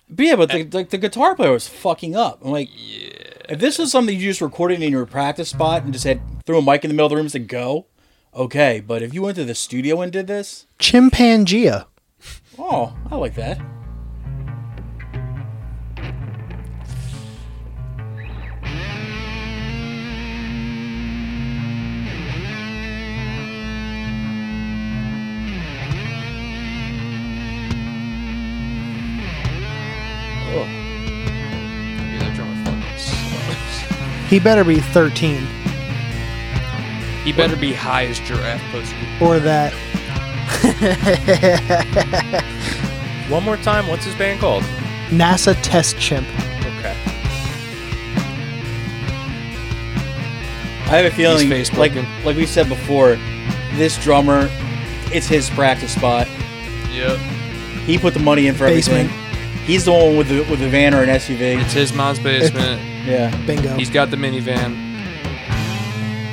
But yeah, but the, like the guitar player was fucking up. I'm like, yeah. If this was something you just recorded in your practice spot and just had threw a mic in the middle of the room and said go, okay. But if you went to the studio and did this, Chimpangea. oh, I like that. Yeah, that drummer fucking sucks. He better be 13 He better be high as giraffe pussy. or that. One more time, what's his band called? NASA test chimp. Okay. I have a feeling, He's like Facebooking. like we said before, this drummer, it's his practice spot. Yep. He put the money in for Basement. everything. He's the one with the with the van or an SUV. It's his mom's basement. Yeah, Bingo. He's got the minivan.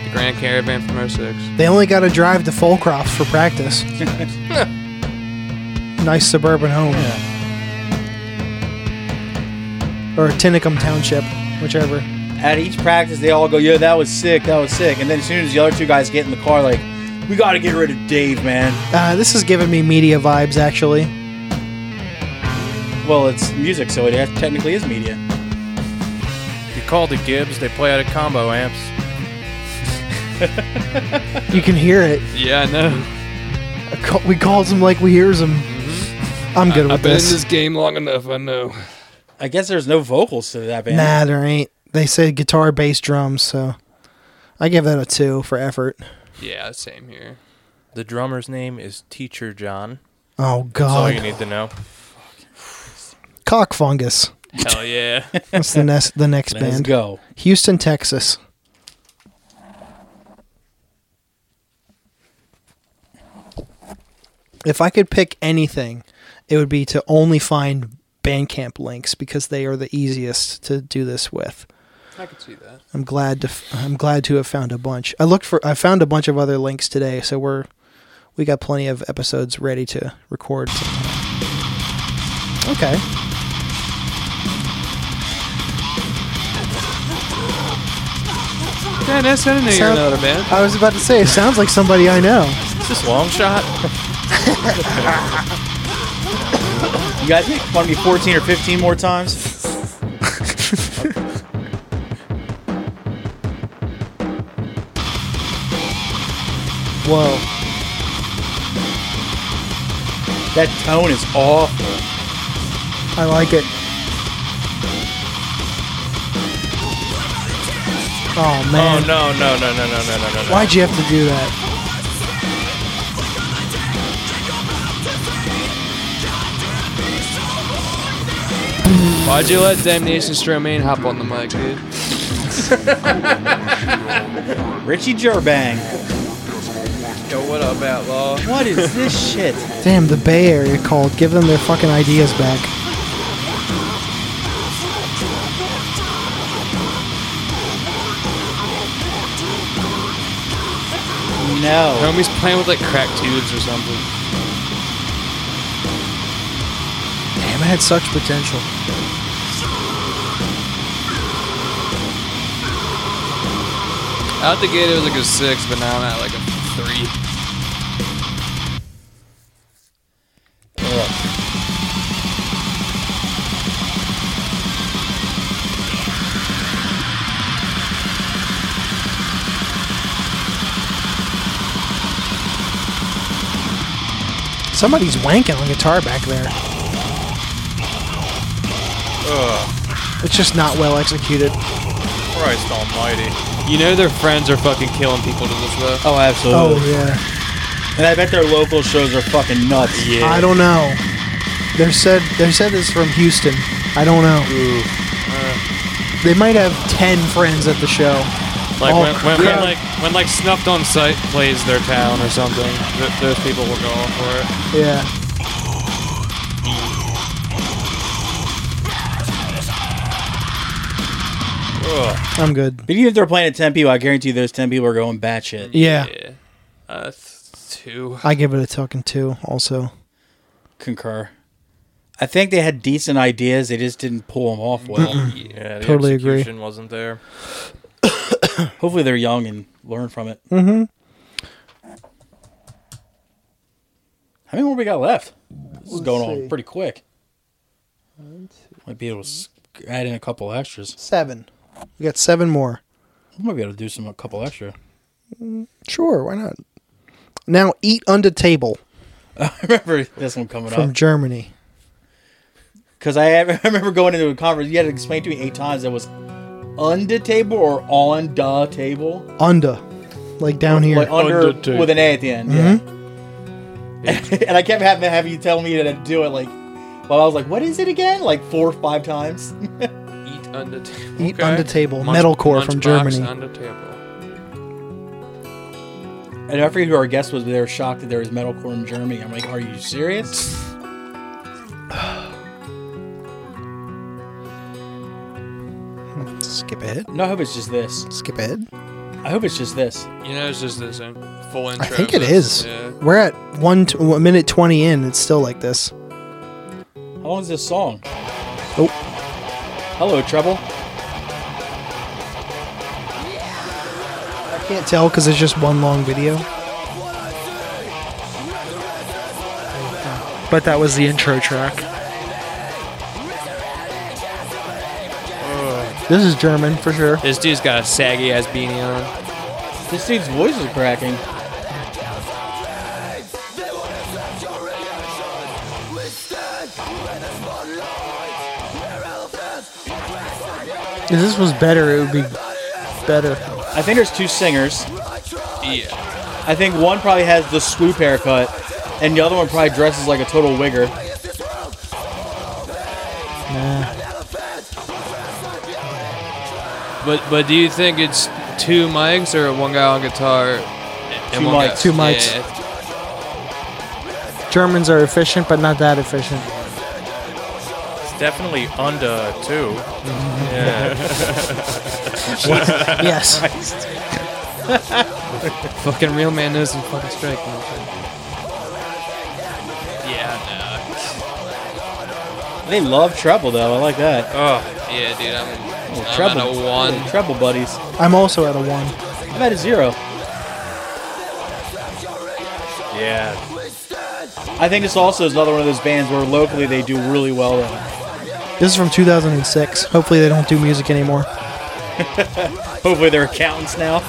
The Grand Caravan from 06. They only got to drive to Fullcroft for practice. nice suburban home. Or Tinicum Township, whichever. at each practice, they all go, "Yeah, that was sick. That was sick." And then as soon as the other two guys get in the car, like, "We got to get rid of Dave, man." Uh, this is giving me media vibes, actually. Well, it's music, so it technically is media. You call the Gibbs, they play out of combo amps. You can hear it. Yeah, I know. I ca- We calls them like we hears them. I'm good I've with been this. in this game long enough. I know. I guess there's no vocals to that band. Nah, there ain't. They say guitar, bass, drums, so I give that a two for effort. Yeah, same here. The drummer's name is Teacher John. Oh That's all you God, need to know. cock fungus. Hell yeah. That's the next the next Let's band. go. Houston, Texas. If I could pick anything, it would be to only find Bandcamp links because they are the easiest to do this with. I could see that. I'm glad to f- I'm glad to have found a bunch. I looked for I found a bunch of other links today, so we're we got plenty of episodes ready to record. Okay. Yeah, that's another Sound- another man. I was about to say it sounds like somebody I know. Is this long shot? You guys make fun of me 14 or 15 more times. Whoa. That tone is awful. I like it. Oh Oh man. no no no no no no no no. Why'd you have to do that? Why'd you let Damnation Stromaine hop on the mic, dude? Richie Gerbang. Yo, what up, outlaw? What is this shit? Damn, the Bay Area called. Give them their fucking ideas back. No. Homie's playing with like crack tubes or something. Damn, it had such potential. Out the gate, it was like a six, but now I'm at like a three. Somebody's wanking on guitar back there. It's just not well executed. Christ Almighty! You know their friends are fucking killing people to this though. Oh, absolutely. Oh yeah. And I bet their local shows are fucking nuts. Yeah. I don't know. They said they said this from Houston. I don't know. they might have ten friends at the show. Like Oh, when, when, crap. when like when like Snuffed on Sight plays their town or something, th- those people will go all for it. Yeah. I'm good. But even if they're playing at 10 people, I guarantee those 10 people are going batshit. Yeah, Yeah. Uh, th- two. I give it a token two. Also, Concur. I think they had decent ideas. They just didn't pull them off well. Yeah, the Totally agree. execution wasn't there. Hopefully they're young and learn from it. Mm-hmm. How many more we got left? This is going Let's see. on pretty quick. Might be able to s- add in a couple extras. seven. We got seven more. I might be able to do some a couple extra. Sure, why not? Now, eat under table I remember this one coming from up Germany. because I, I remember going into a conference. You had to explain to me eight times that was on the table or on the table, Under, like uh, down here. like under Under table. Mm-hmm. with an a at the end. Yeah. and I kept having to have you tell me to do it like. Well, I was like, "What is it again?" Like four or five times. Eat under table. Eat under table, metalcore from Germany. Under table. And I forget who our guest was, but they were shocked that there was metalcore in Germany. I'm like, "Are you serious?" Skip ahead. No, I hope it's just this. Skip ahead. I hope it's just this. You know, it's just this in- full intro. I think it but- is. Yeah. We're at one t- one minute twenty in. It's still like this. How long is this song? Oh. Hello, treble. Can't tell because it's just one long video. But that was the intro track. This is German for sure. This dude's got a saggy ass beanie on. This dude's voice is cracking. If this was better, it would be better. I think there's two singers. Yeah. I think one probably has the swoop haircut, and the other one probably dresses like a total wigger. Nah. But but do you think it's two mics or one guy on guitar? and Two one mics. guy- Two mics. Yeah. Germans are efficient, but not that efficient. It's definitely under two. Yes. Fucking real man knows some fucking strike. Man. Yeah. They love treble though. I like that. Oh, No. Yeah, dude. I'm, Oh, I'm treble. at a one. Little treble buddies. I'm also at a one. I'm at a zero. yeah. I think this also is another one of those bands where locally they do really well. In. This is from 2006. Hopefully, they don't do music anymore. Hopefully they're accountants now.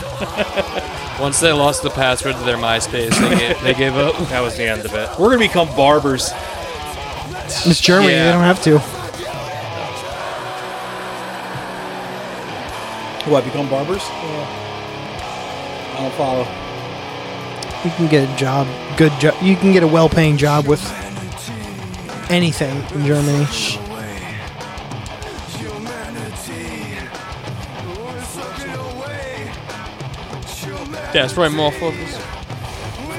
Once they lost the password to their MySpace, they gave, they gave up. That was the end of it. We're gonna become barbers. It's Germany. Yeah. They don't have to. What? Become barbers? Yeah. I don't follow. You can get a job. Good job. You can get a well-paying job with anything in Germany. That's right, motherfuckers.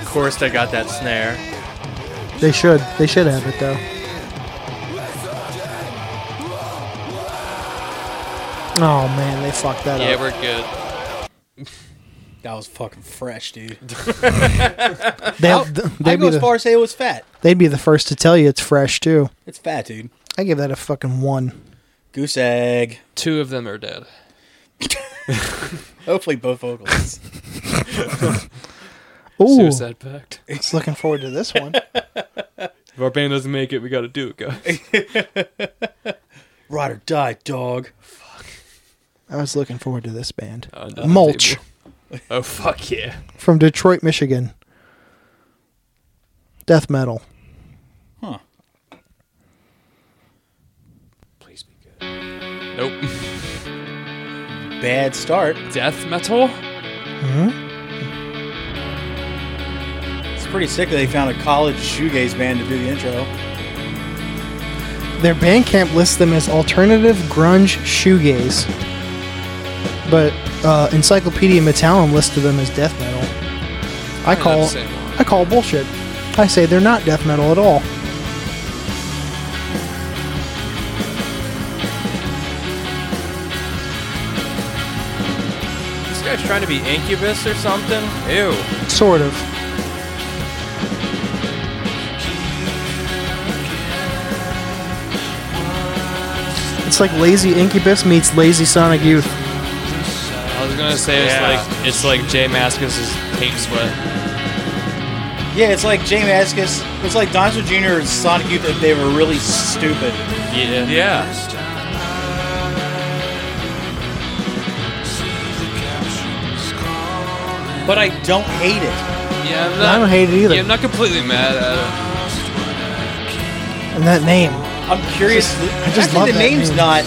Of course, they got that snare. They should. They should have it though. Oh man, they fucked that Yeah, up. we're good. That was fucking fresh, dude. They, I'll- I they'd, go be as the, far as say it was fat. they'd be the first to tell you it's fresh too. It's fat, dude. I give that a fucking one. Goose egg. Two of them are dead. Hopefully both vocalists. Ooh, Suicide pact. If it's looking forward to this one. our band doesn't make it, we gotta do it, guys. Ride or die, dog. I was looking forward to this band, Oh, no. Mulch oh fuck yeah. from Detroit, Michigan. Death metal. Huh. Please be good. Nope. Bad start. Death metal? It's pretty sick that they found a college shoegaze band to do the intro. Their Bandcamp lists them as alternative grunge shoegaze, but uh, Encyclopedia Metallum listed them as death metal. I Yeah, call that's the same one. I call bullshit. I say they're not death metal at all. This guy's trying to be incubus or something. Ew. Sort of. It's like lazy incubus meets lazy Sonic Youth. I was gonna say Yeah. it's like it's like Jay Maskus's paint sweat. Yeah, it's like Jay Maskus. It's like Dinosaur Jr. and Sonic Youth if they were really stupid. Yeah. Yeah. But I don't hate it. Yeah, I'm not, I don't hate it either. Yeah, I'm not completely mad at And that name. I'm curious. I just think love the that name's name. not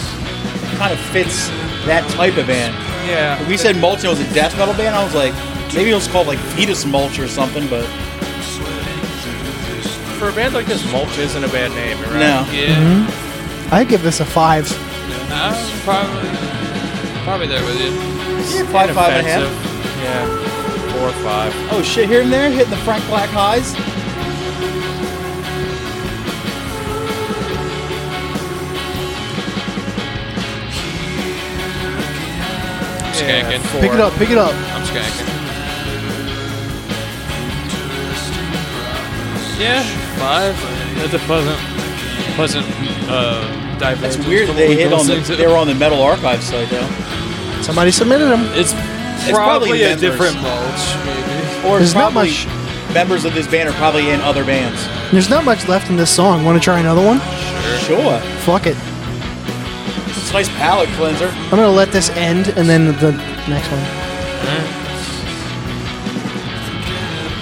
kind of fits that type of band. Yeah. We said Mulch and it was a death metal band. I was like, maybe it was called like Fetus Mulch or something, but For a band like this, mulch isn't a bad name, right? no. it. Mm-hmm. Yeah. I give this a five. I'm probably probably there with you. Yeah, five, five and a half. Yeah. Four or five. Oh shit, here and there, hitting the Frank Black highs. I'm skanking. four. Pick it up, pick it up. I'm skanking. Yeah, five. That's a pleasant pleasant uh divergence It's weird from they what we've hit been on the, listening to. they were on the Metal Archive site though. Somebody submitted them. It's It's probably probably a members. different mulch, maybe. Or There's not probably much- members of this band are probably in other bands. There's not much left in this song. Want to try another one? Sure. Fuck it. It's a nice palate cleanser. I'm gonna let this end and then the next one.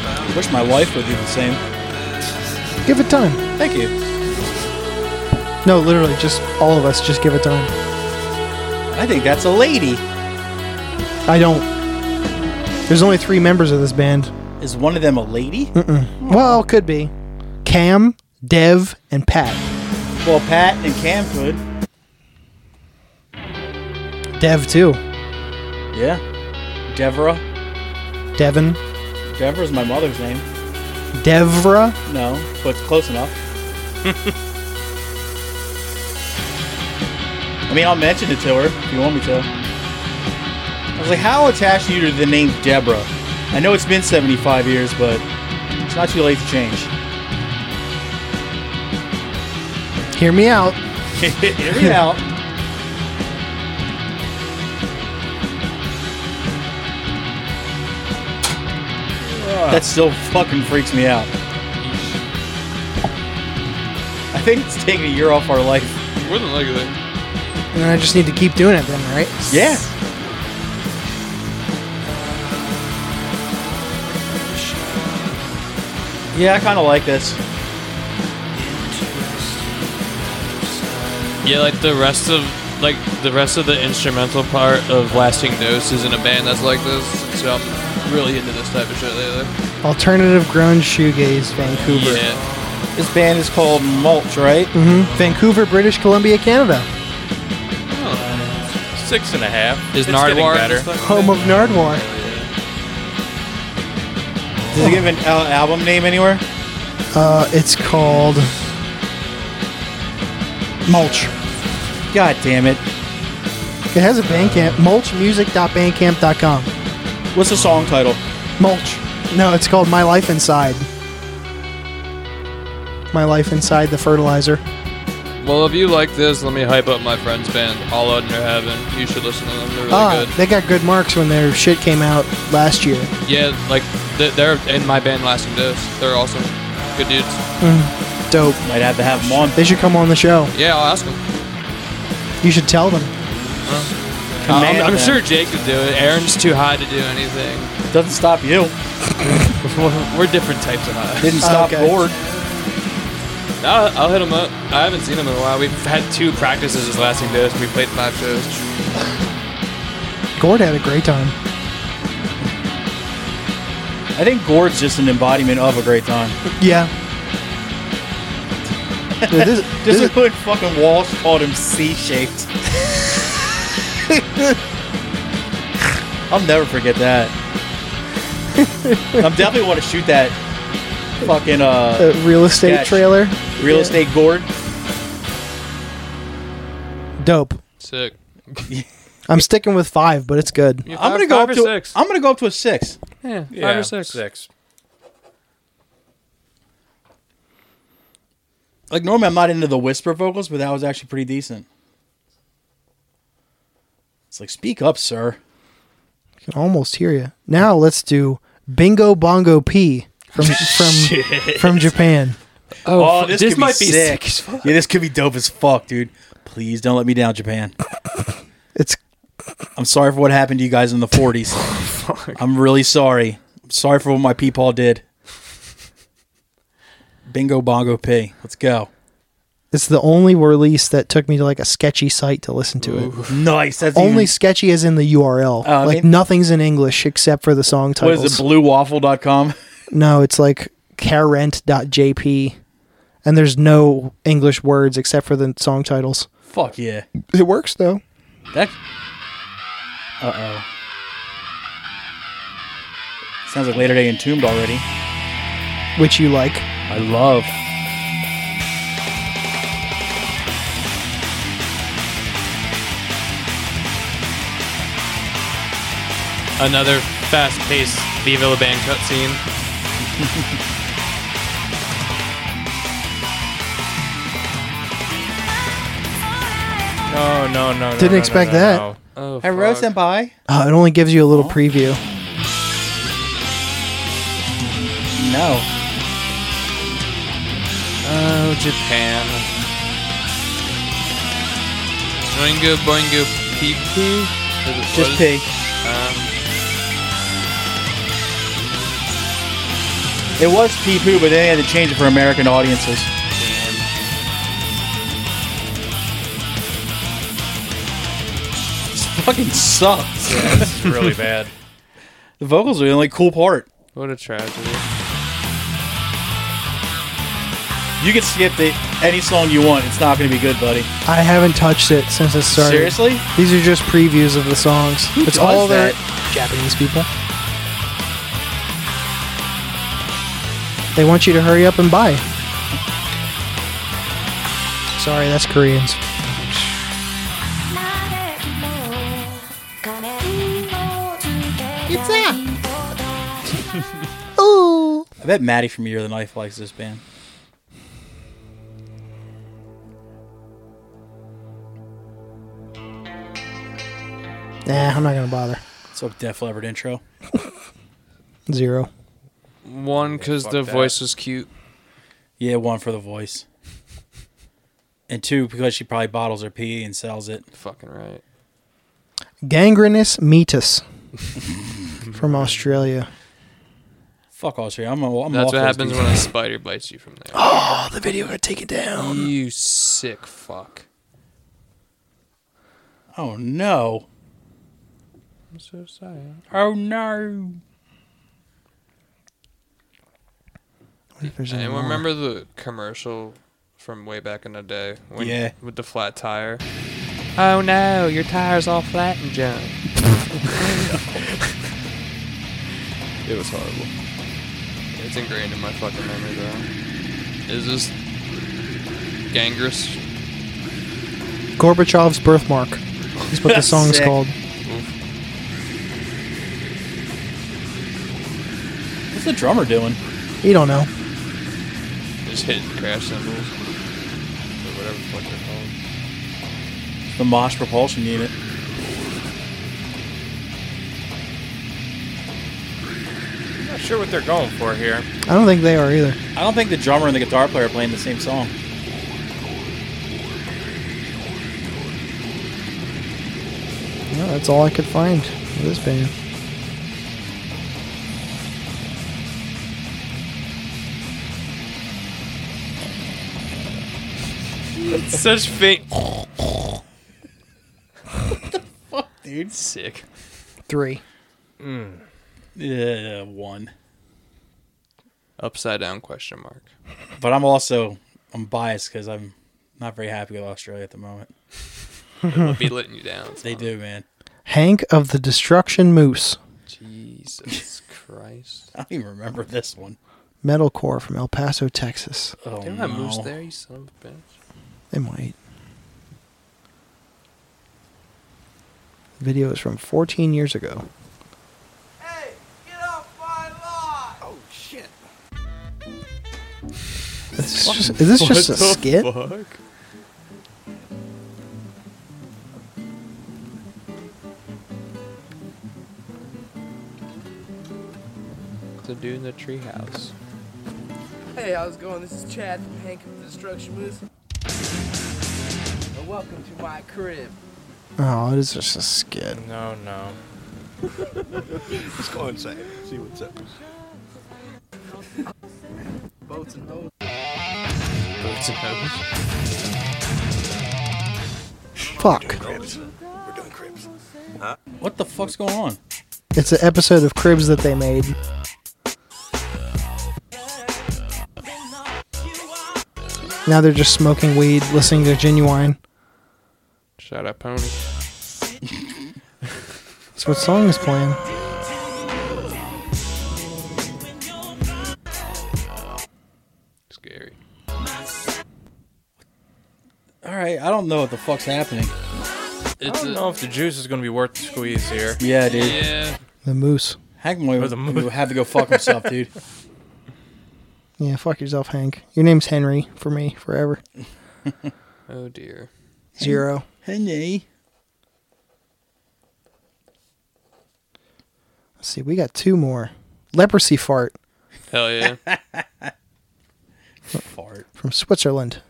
I wish my wife would do the same. Give it time. Thank you. No, literally, just all of us. Just give it time. I think that's a lady. I don't. There's only three members of this band. Is one of them a lady? Mm. Well, could be. Cam, Dev, and Pat. Well, Pat and Cam could. Dev too. Yeah. Devra. Devin. Devra's my mother's name. Devra. No, but it's close enough. I mean, I'll mention it to her if you want me to. I was like, how attached are you to the name Deborah? I know it's been 75 years, but it's not too late to change. Hear me out. Hear me out. That still fucking freaks me out. I think it's taking a year off our life. More than likely. And I just need to keep doing it then, right? Yeah. Yeah, I kind of like this. Yeah, like the rest of like the rest of the instrumental part of Lasting Dose is in a band that's like this. So I'm really into this type of shit lately. Alternative grunge shoegaze, Vancouver. Yeah. This band is called Mulch, right? hmm Vancouver, British Columbia, Canada. Six and a half. Is It's getting Nardwar better? Home of Nardwar. Does it give an al- album name anywhere? Uh, it's called Mulch. God damn it. It has a bandcamp, mulchmusic.bandcamp.com. What's the song title? Mulch. No, it's called My Life Inside. My Life Inside the Fertilizer. Well, if you like this, let me hype up my friend's band, All Out Under Heaven. You should listen to them. They're really ah, good. they got good marks when their shit came out last year. yeah, like th- they're in my band, Lasting Dose. They're awesome. Good dudes. Dope. Might have to have them on. They should come on the show. Yeah, I'll ask them. You should tell them. Command I'm, I'm them. sure Jake could do it. Aaron's too high to do anything. Doesn't stop you. We're different types of high. Didn't stop Okay. Lord. I'll, I'll hit him up. I haven't seen him in a while. We've had two practices this lasting dose. We played five shows. Gord had a great time. I think Gord's just an embodiment of a great time. Yeah. Dude, this- Just this- to put fucking Walsh called him C-shaped. I'll never forget that. I'm definitely want to shoot that fucking uh, uh, real estate Sketch. trailer. real estate Gord. Dope. Sick. I'm sticking with five, but it's good. I'm gonna go Uh, up five or to. six. I'm gonna go up to a six. Yeah, five Yeah, or six. Six. Like normally, I'm not into the whisper vocals, but that was actually pretty decent. It's like, speak up, sir. I can almost hear you. Now let's do Bingo Bongo P from from from Japan. Oh, this, this could might be be sick. Yeah, this could be dope as fuck, dude. Please don't let me down, Japan. It's I'm sorry for what happened to you guys in the 40s. I'm really sorry. I'm sorry for what my peepaw did. Bingo bongo p. Let's go. it's the only release that took me to like a sketchy site to listen to it. Nice. That's Only only even, sketchy as in the URL. Oh, I like mean- nothing's in English except for the song what titles. is it? Bluewaffle.com. no, it's like carent.jp and there's no English words except for the song titles. Fuck yeah. It works though. That. Uh oh. Sounds like Later Day Entombed already. Which you like. I love. Another fast-paced Viva La Band cutscene. No, no, no. no, Didn't no, expect no, no, that. no. Oh, And Rose fuck. Senpai. Uh, it only gives you a little preview. No. Oh, Japan. Boingo boingo pee pee. Is it- what Just is- pig. Um, It was Pee Poo, but they had to change it for American audiences. This fucking sucks. Yeah, this is really bad. The vocals are the only cool part. what a tragedy. You can skip the, any song you want. It's not going to be good, buddy. I haven't touched it since it started. Seriously? These are just previews of the songs. it's does all their that? Japanese people. They want you to hurry up and buy. Sorry, that's Koreans. It's that. I bet Maddie from Year of the Knife likes this band. Nah, I'm not gonna bother. It's a Def Leppard intro. Zero. One, because fuck the that. voice was cute. Yeah, one for the voice. And two, because she probably bottles her pee and sells it. Fucking right. Gangrenous meatus from Australia. Fuck Australia. I'm, a, I'm That's off what those happens dudes. when a spider bites you from there. Oh, the video got taken down. you sick fuck. Oh, no. I'm so sorry. Oh, no. And remember the commercial from way back in the day? When, Yeah. With the flat tire. Oh no, your tire's all flat and junk. it was horrible. It's ingrained in my fucking memory though. Is this Gangrous? Gorbachev's birthmark. That's what the song's Sick. called. What's the drummer doing? You don't know. Just hit crash cymbals. Or whatever the fuck they're called. The Mosh Propulsion Unit. Not sure what they're going for here. I don't think they are either. I don't think the drummer and the guitar player are playing the same song. No, that's all I could find for this band. Such faint. Dude. Sick. Three. Yeah, one. Upside down question mark. But I'm also I'm biased because I'm not very happy with Australia at the moment. I'll be letting you down. They do, man. Hank of the Destruction Moose. Jesus Christ. I don't even remember this one. Metalcore from El Paso, Texas. Oh They don't no. have moose there, you son of a bitch. They might. The video is from 14 years ago. Hey, get off my lawn! Oh, shit. Is this just, is this just a skit? The dude in the treehouse. Hey, how's it going? This is Chad from Hank of the Destruction Moose. And welcome to my crib. Oh, it is just a skit. No, no. Let's go inside. See what's up. Boats and hoes. Boots and hoes. Fuck. Cribs. We're doing cribs. What the fuck's going on? It's an episode of Cribs that they made. Now they're just smoking weed, listening to genuine. Shout out pony. That's what song is playing. Scary. All right, I don't know what the fuck's happening. It's I Oh, don't know if the juice is going to be worth the squeeze here. Yeah, dude. yeah. The Moose. Hank Moy With a moose. had to go fuck himself, dude. Yeah, fuck yourself, Hank. Your name's Henry for me forever. Oh dear. Zero. Henny. Let's see, we got two more. Leprosy fart Hell yeah. Fart. from Switzerland.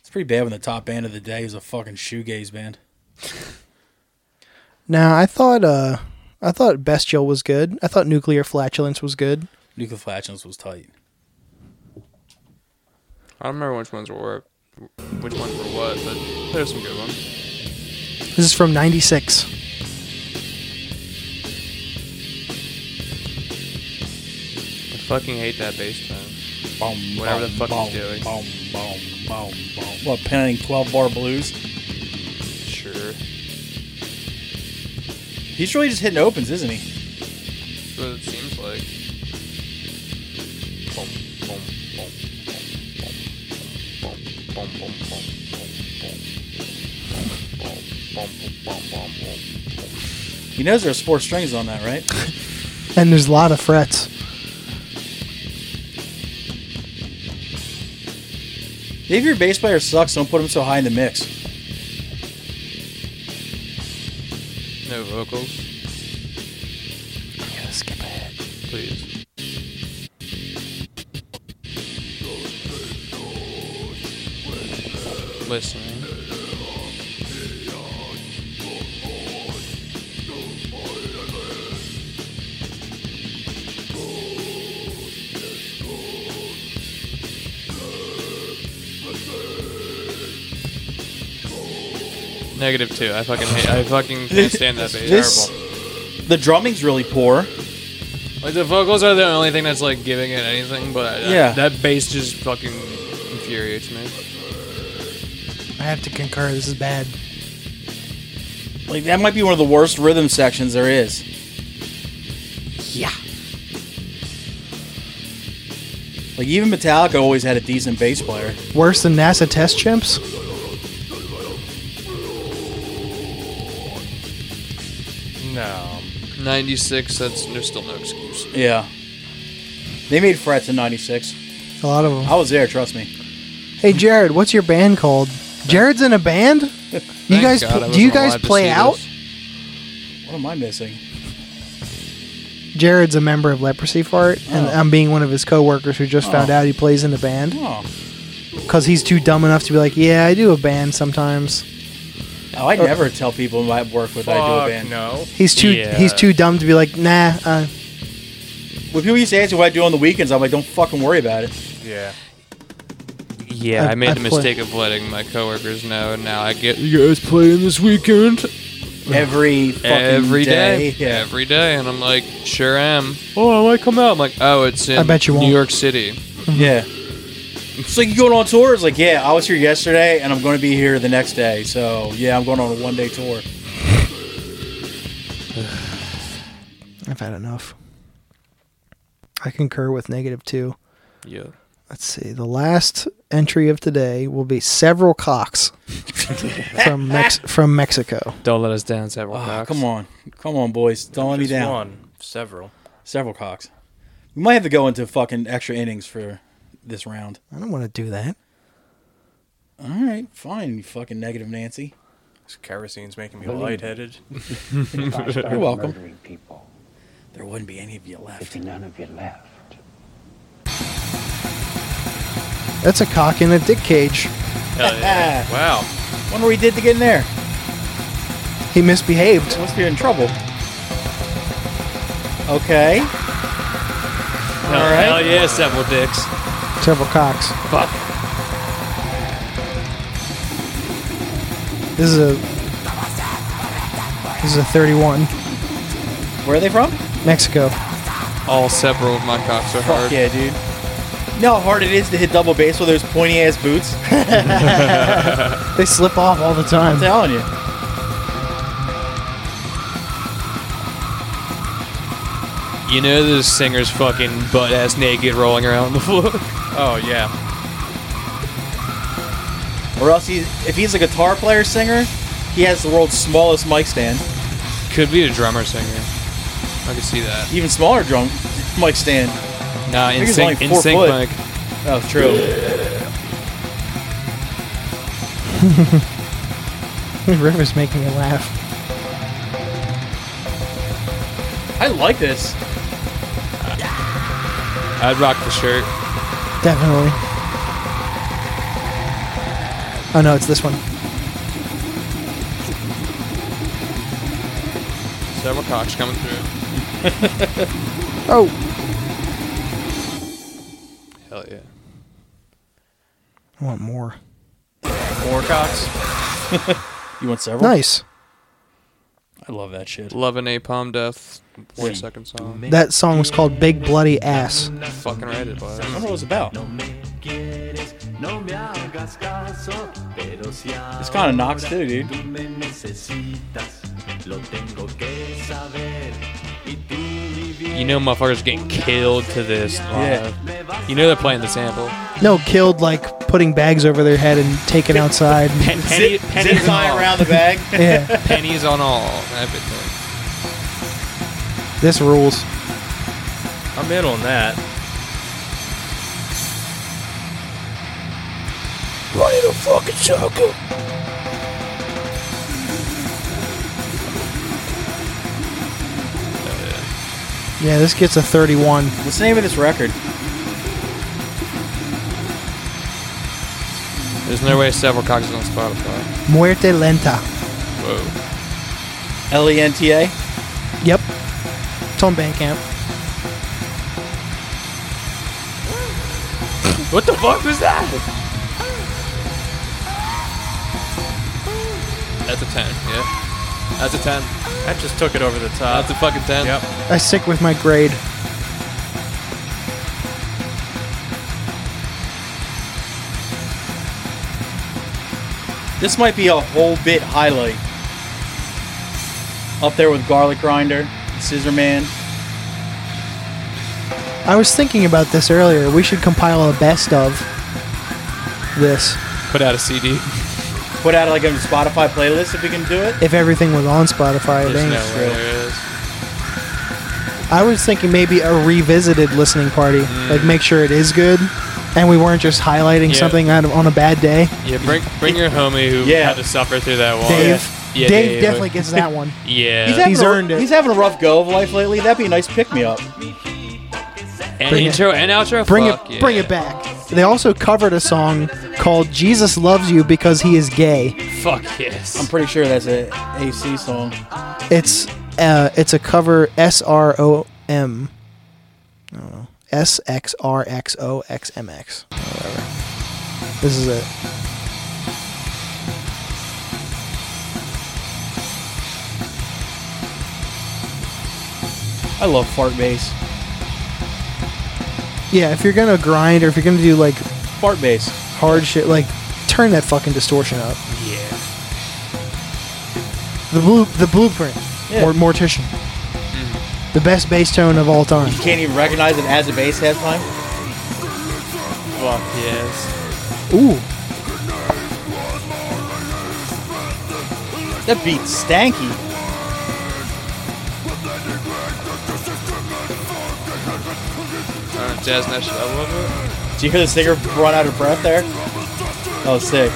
It's pretty bad when the top band of the day is a fucking shoegaze band. Now, I thought uh I thought Bestial was good. I thought Nuclear Flatulence was good. Nuclear Flatulence was tight. I don't remember which ones were which ones were what, but there's some good ones. This is from 96. I fucking hate that bass tone. Boom, Whatever boom, the fuck boom, he's doing. Boom, boom, boom, boom. What, playing 12 bar blues? Sure. He's really just hitting opens, isn't he? That's what it seems like. Boom, boom, boom, boom, boom, boom, boom, boom, boom, boom, boom, boom, boom, boom, boom, boom, boom, boom. He knows there's four strings on that, right? And there's a lot of frets. if your bass player sucks, don't put him so high in the mix. No vocals, skip ahead. please. Listening. Negative two. I fucking hate. I fucking can't stand that bass. This- The drumming's really poor. Like the vocals are the only thing that's like giving it anything, but I, Yeah. that bass just fucking infuriates me. I have to concur. This is bad. Like, that might be one of the worst rhythm sections there is. Yeah. Like, even Metallica always had a decent bass player. Worse than NASA test chimps? No. Ninety six. That's there's still no excuse. Yeah. They made frets in 96. A lot of them. I was there, trust me. Hey, Jared, what's your band called? Jared's in a band? You Thank guys, God I pl- do wasn't you guys allowed to play see out? this. What am I missing? Jared's a member of Leprosy Fart, and I'm being one of his coworkers who just found out he plays in a band Oh, because he's too dumb enough to be like, "Yeah, I do a band sometimes." oh I never tell people I work with I do a Fuck band. no. He's too Yeah. he's too dumb to be like, "Nah." Uh, When people used to ask me what I do on the weekends, I'm like, don't fucking worry about it. Yeah. Yeah, I- I, made I the play- mistake of letting my coworkers know, and now I get you guys playing this weekend Every fucking every day, Yeah. every day, and I'm like, sure am. Oh, I might come out. I'm like, oh, it's in I bet you New won't. York City. yeah. It's like you going on tour? It's like, yeah, I was here yesterday and I'm going to be here the next day. So, yeah, I'm going on a one day tour. I've had enough. I concur with negative two. Yeah. Let's see. The last entry of today will be several cocks from Mex- from Mexico. Don't let us down, several Ah, come on. Come on, boys. Don't let me Just down. one. Several. Several cocks. We might have to go into fucking extra innings for this round. I don't want to do that. All right, fine, you fucking negative Nancy. This kerosine's making me lightheaded. You're welcome. Murdering people. There wouldn't be any of you left. If none of you left. That's a cock in a dick cage. Hell yeah. wow. Wonder what he did to get in there. He misbehaved. Must be in trouble. Okay. Hell, hell yeah, several dicks. Several cocks. Fuck. This is a this is a 31 Where are they from? Mexico. All several of my cocks are hard. Fuck yeah, dude. You know how hard it is to hit double bass with those pointy ass boots? I'm They slip off all the time. telling you. You know the singer's fucking butt ass naked rolling around on the floor. Oh, yeah. Or else he, if he's a guitar player singer, he has the world's smallest mic stand. Could be a drummer singer. I could see that. Even smaller drum mic stand. Nah, in he's sync, only in four sync, foot. Mike. Oh, true. Rivers making me laugh. I like this. I'd rock the shirt. Definitely. Oh no, it's this one. Sarah Cox coming through. Oh, Hell yeah. I want more. Moorcocks. You want several? Nice. I love that shit. Loving Napalm Death. Four Yeah. second song. That song was called "Big Bloody Ass." Fucking right it was. I don't know what it was about. It's kind of Knox too, dude. You know motherfuckers getting killed to this live. You know they're playing the sample. No, killed like putting bags over their head and taken outside. Pen- penny, pennies Zip on tying all. around the bag. yeah, pennies on all. Everything. this rules. I'm in on that. Yeah, this gets a 31. What's the name of this record? There's no way several cocks is on Spotify. Muerte lenta. Whoa. L E N T A. Yep. It's on Bandcamp. What the fuck was that? That's a 10, yeah. That's a 10. That just took it over the top. That's a fucking 10. Yep. I stick with my grade. This might be a whole bit highlight. Up there with Garlic Grinder, Scissor Man. I was thinking about this earlier. We should compile a best of this Put out a CD. Put out like a Spotify playlist if we can do it. if everything was on Spotify. it There's ain't. no way true. there is. I was thinking maybe a revisited listening party. Like make sure it is good, and we weren't just highlighting Mm. Yeah. something out of, on a bad day. Yeah, bring, bring your homie who Yeah. had to suffer through that one. Dave. Oh, Yeah, Dave, Dave. definitely gets that one. Yeah. He's having a- earned it. He's having a rough go of life lately. That'd be a nice pick me up. And Bring it. intro and outro. Bring Fuck it, yeah. bring it back. They also covered a song called "Jesus Loves You" because he is gay. Fuck yes. I'm pretty sure that's a AC song. It's uh, it's a cover S R O M. I don't know. S X R X O X M X. or Whatever. This is it. I love fart bass. Yeah, if you're gonna grind or if you're gonna do like Fart bass. hard shit, like turn that fucking distortion up. Yeah. The blue, the blueprint, Yeah. or mortician. Mm-hmm. The best bass tone of all time. You can't even recognize it as a bass half time. Fuck yes. Ooh, That beat's stanky. Uh, Jazz Nash, I love it. Did you hear the singer run out of breath there? Oh, sick.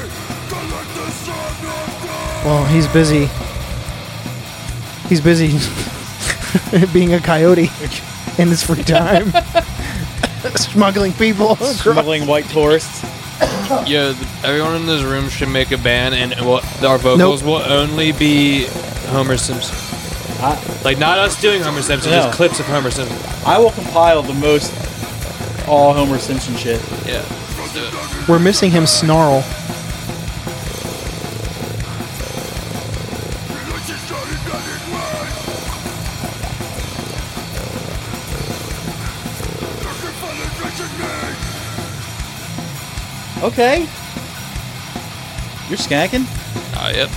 well, he's busy. He's busy being a coyote in his free time, smuggling people. across- Smuggling white tourists. Yo, th- everyone in this room should make a band, and it will, our vocals will only be Homer Simpson. I, Like not us doing Homer Simpson, No. just clips of Homer Simpson. I will compile the most all Homer Simpson shit. Yeah. Uh, Let's do it. We're missing him snarl. Okay. You're skanking? Ah, yep.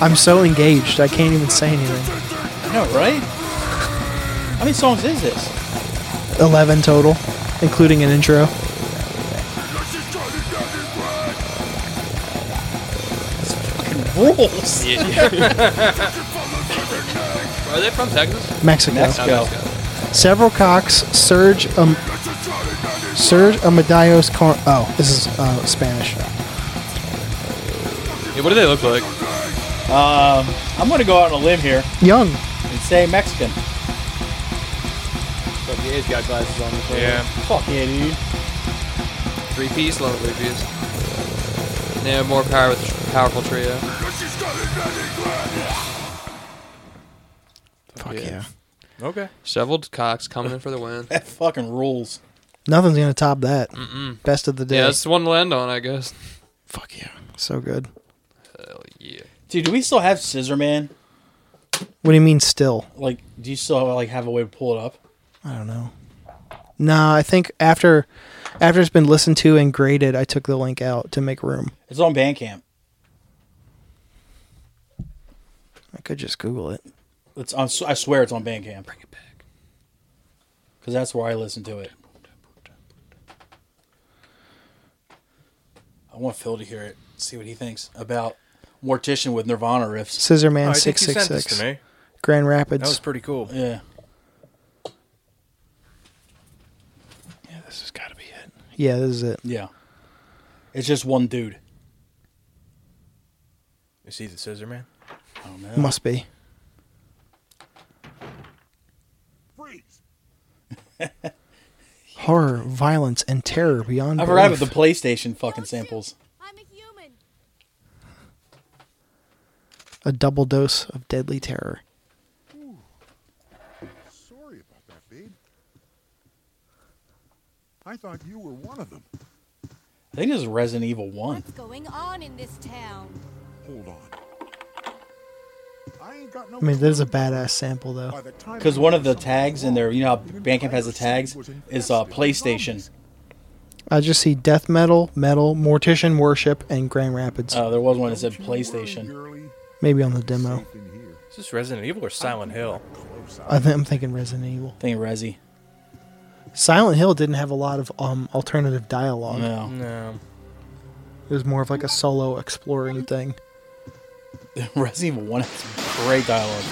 I'm so engaged, I can't even say anything. I know, right? How many songs is this? 11 total, including an intro. Rules. Are they from Texas? Oh, Mexico. Mexico. Several Cox, Serge, um, Serge Amadeus Car- Oh, this is uh, Spanish. Yeah, what do they look like? Um, I'm gonna go out on a limb here Young. and say Mexican. But he has got glasses on. this one. Yeah. Fuck yeah, dude. Three piece, love three piece. Yeah, more power with powerful trio. Fuck yeah. Okay. Shoveled Cox coming in for the win. That fucking rules. Nothing's going to top that. Best of the day. Yeah, that's the one to end on, I guess. Fuck yeah. So good. Hell yeah. Dude, do we still have Scissor Man? What do you mean still? Like, do you still like have a way to pull it up? I don't know. Nah, I think after after it's been listened to and graded, I took the link out to make room. It's on Bandcamp. I could just Google it. It's on. I swear it's on Bandcamp. Bring it back. Cause that's where I listen to it. I want Phil to hear it. See what he thinks about Mortician with Nirvana riffs. Scissor Oh, I Man think six you six sent this to six. me. Grand That was Rapids. pretty cool. Yeah. Yeah, this has got to be it. Yeah, this is it. Yeah. It's just one dude. Is he the Scissor Man? Oh man. Must be. Horror, violence, and terror beyond. I forgot about belief. the PlayStation fucking samples. I'm a human. a double dose of deadly terror. Sorry about that, babe. I thought you were one of them. I think this is Resident Evil One. What's going on in this town? Hold on. I ain't got no. I mean, that is a badass sample, By though. the time Because I one of knew the tags in something there, was you know how wrong, even Bandcamp has the Tyler tags, was is uh, infested with PlayStation. zombies. I just see death metal, metal, mortician worship, and Grand Rapids. Uh, there was one that said Don't you worry, PlayStation. girlie. Maybe on the demo. Safe in here. Is this Resident Evil or Silent Hill? Close I th- I'm thinking Resident Evil. Thing Resi. Silent Hill didn't have a lot of um, alternative dialogue. Mm-hmm. No. No. It was more of like a solo exploring thing. Resident Evil 1 has some great dialogue.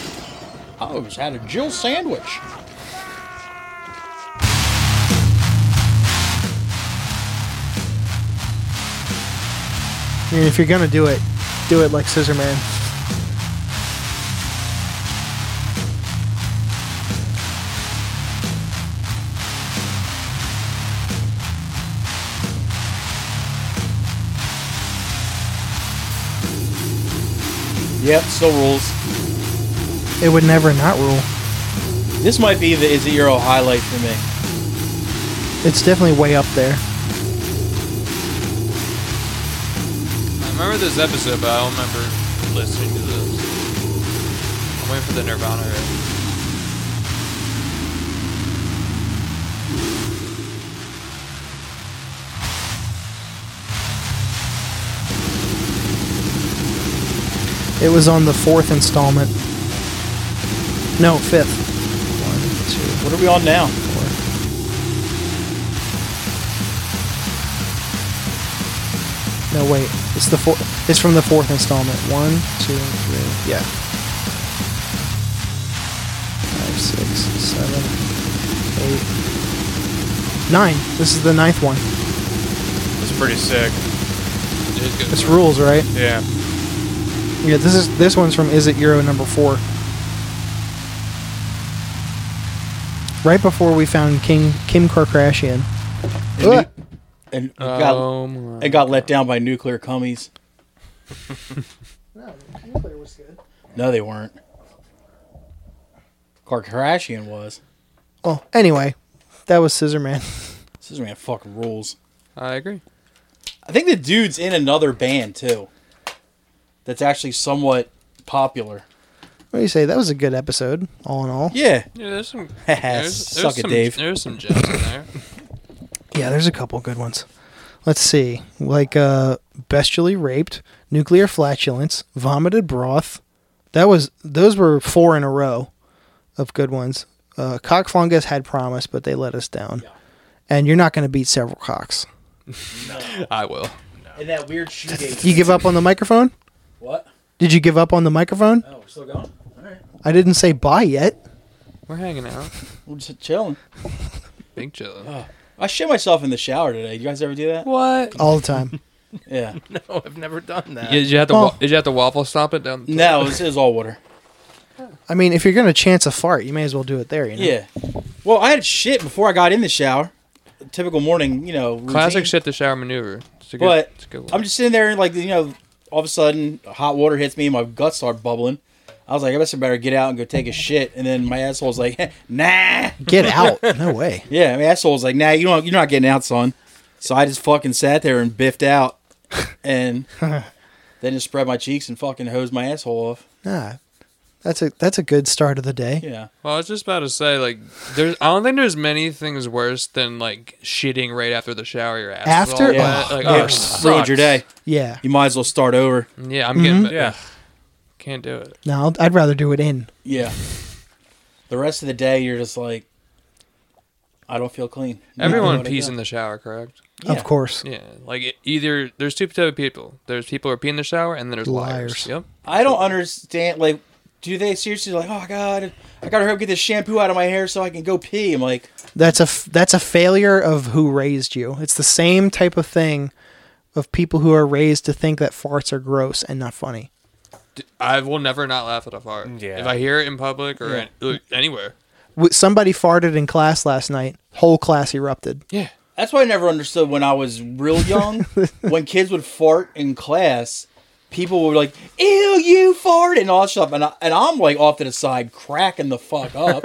I always Oh, had a Jill sandwich. I mean, if you're gonna do it, do it like Scissor Man. Yep, still rules. It would never not rule. This might be the Is It Euro highlight for me. It's definitely way up there. I remember this episode, but I don't remember listening to this. I'm waiting for the Nirvana. riff. It was on the fourth installment. No, fifth. One, What are we on now? two. No, wait. It's the fourth. It's from the fourth installment. One, two, three. Yeah. Five, six, seven, eight, nine. This is the ninth one. It's pretty sick. It is good. It's rules, right? Yeah. Yeah. This is this one's from Is It Euro number four. Right before we found King Kim Kardashian. And, Ugh. nu- and got, Oh my. and got let down by nuclear cummies. No, nuclear was good. No, they weren't. Kardashian was. Well, Oh, anyway, that was Scissor Man. Scissor Man fucking rules. I agree. I think the dude's in another band too. That's actually somewhat popular. What do you say? That was a good episode, all in all. Yeah. Yeah, there's some. There's, there's Suck it, some, Dave. There's some gems in there. Yeah, there's a couple good ones. Let's see. Like uh bestially raped, nuclear flatulence, vomited broth. That was those were four in a row of good ones. Uh, Cock Fungus had promise, but they let us down. And you're not going to beat several cocks. I will. And that weird shoe game. You give up on the microphone? What? Did you give up on the microphone? Oh, we're still going? All right. I didn't say bye yet. We're hanging out. We're just chilling. Big chillin'. I shit myself in the shower today. You guys ever do that? what? All the time. Yeah. No, I've never done that. Did you have to? Oh. wa- Did you have to waffle stomp it down? The No, it was, it was all water. I mean, if you're going to chance a fart, you may as well do it there. You know? Yeah. Well, I had shit before I got in the shower. Typical morning, you know. Routine. Classic shit the shower maneuver. It's a good, But it's a good one. I'm just sitting there and like you know, all of a sudden hot water hits me and my guts start bubbling. I was like, I better better get out and go take a shit. And then my asshole's like, nah. Get out. No way. Yeah, my asshole's like, nah, you don't, you're not getting out, son. So I just fucking sat there and biffed out, and then just spread my cheeks and fucking hosed my asshole off. Nah. That's a that's a good start of the day. Yeah. well, I was just about to say, like, there's. I don't think there's many things worse than like shitting right after the shower. Your ass is After? all Yeah. wet. like, Yeah, oh, sucks. ruined your day. Yeah. You might as well start over. Yeah, I'm Mm-hmm. getting. Yeah. Yeah, can't do it. No, I'll- I'd rather do it in. Yeah. The rest of the day, you're just like, I don't feel clean. Everyone Nobody pees does. in the shower, correct? Yeah. Of course. Yeah, like it, either there's two type of people. There's people who are peeing in the shower, and then there's Liars. liars. Yep. I don't understand. Like, do they seriously like? Oh God, I gotta hurry up and get this shampoo out of my hair so I can go pee. I'm like, That's a f- that's a failure of who raised you. It's the same type of thing of people who are raised to think that farts are gross and not funny. I will never not laugh at a fart. Yeah. If I hear it in public or an- look, anywhere. W- Somebody farted in class last night. Whole class erupted. Yeah. that's why I never understood when I was real young. when kids would fart in class, people were like, "Ew, you fart," and all that stuff. And I, and I'm like off to the side, cracking the fuck up.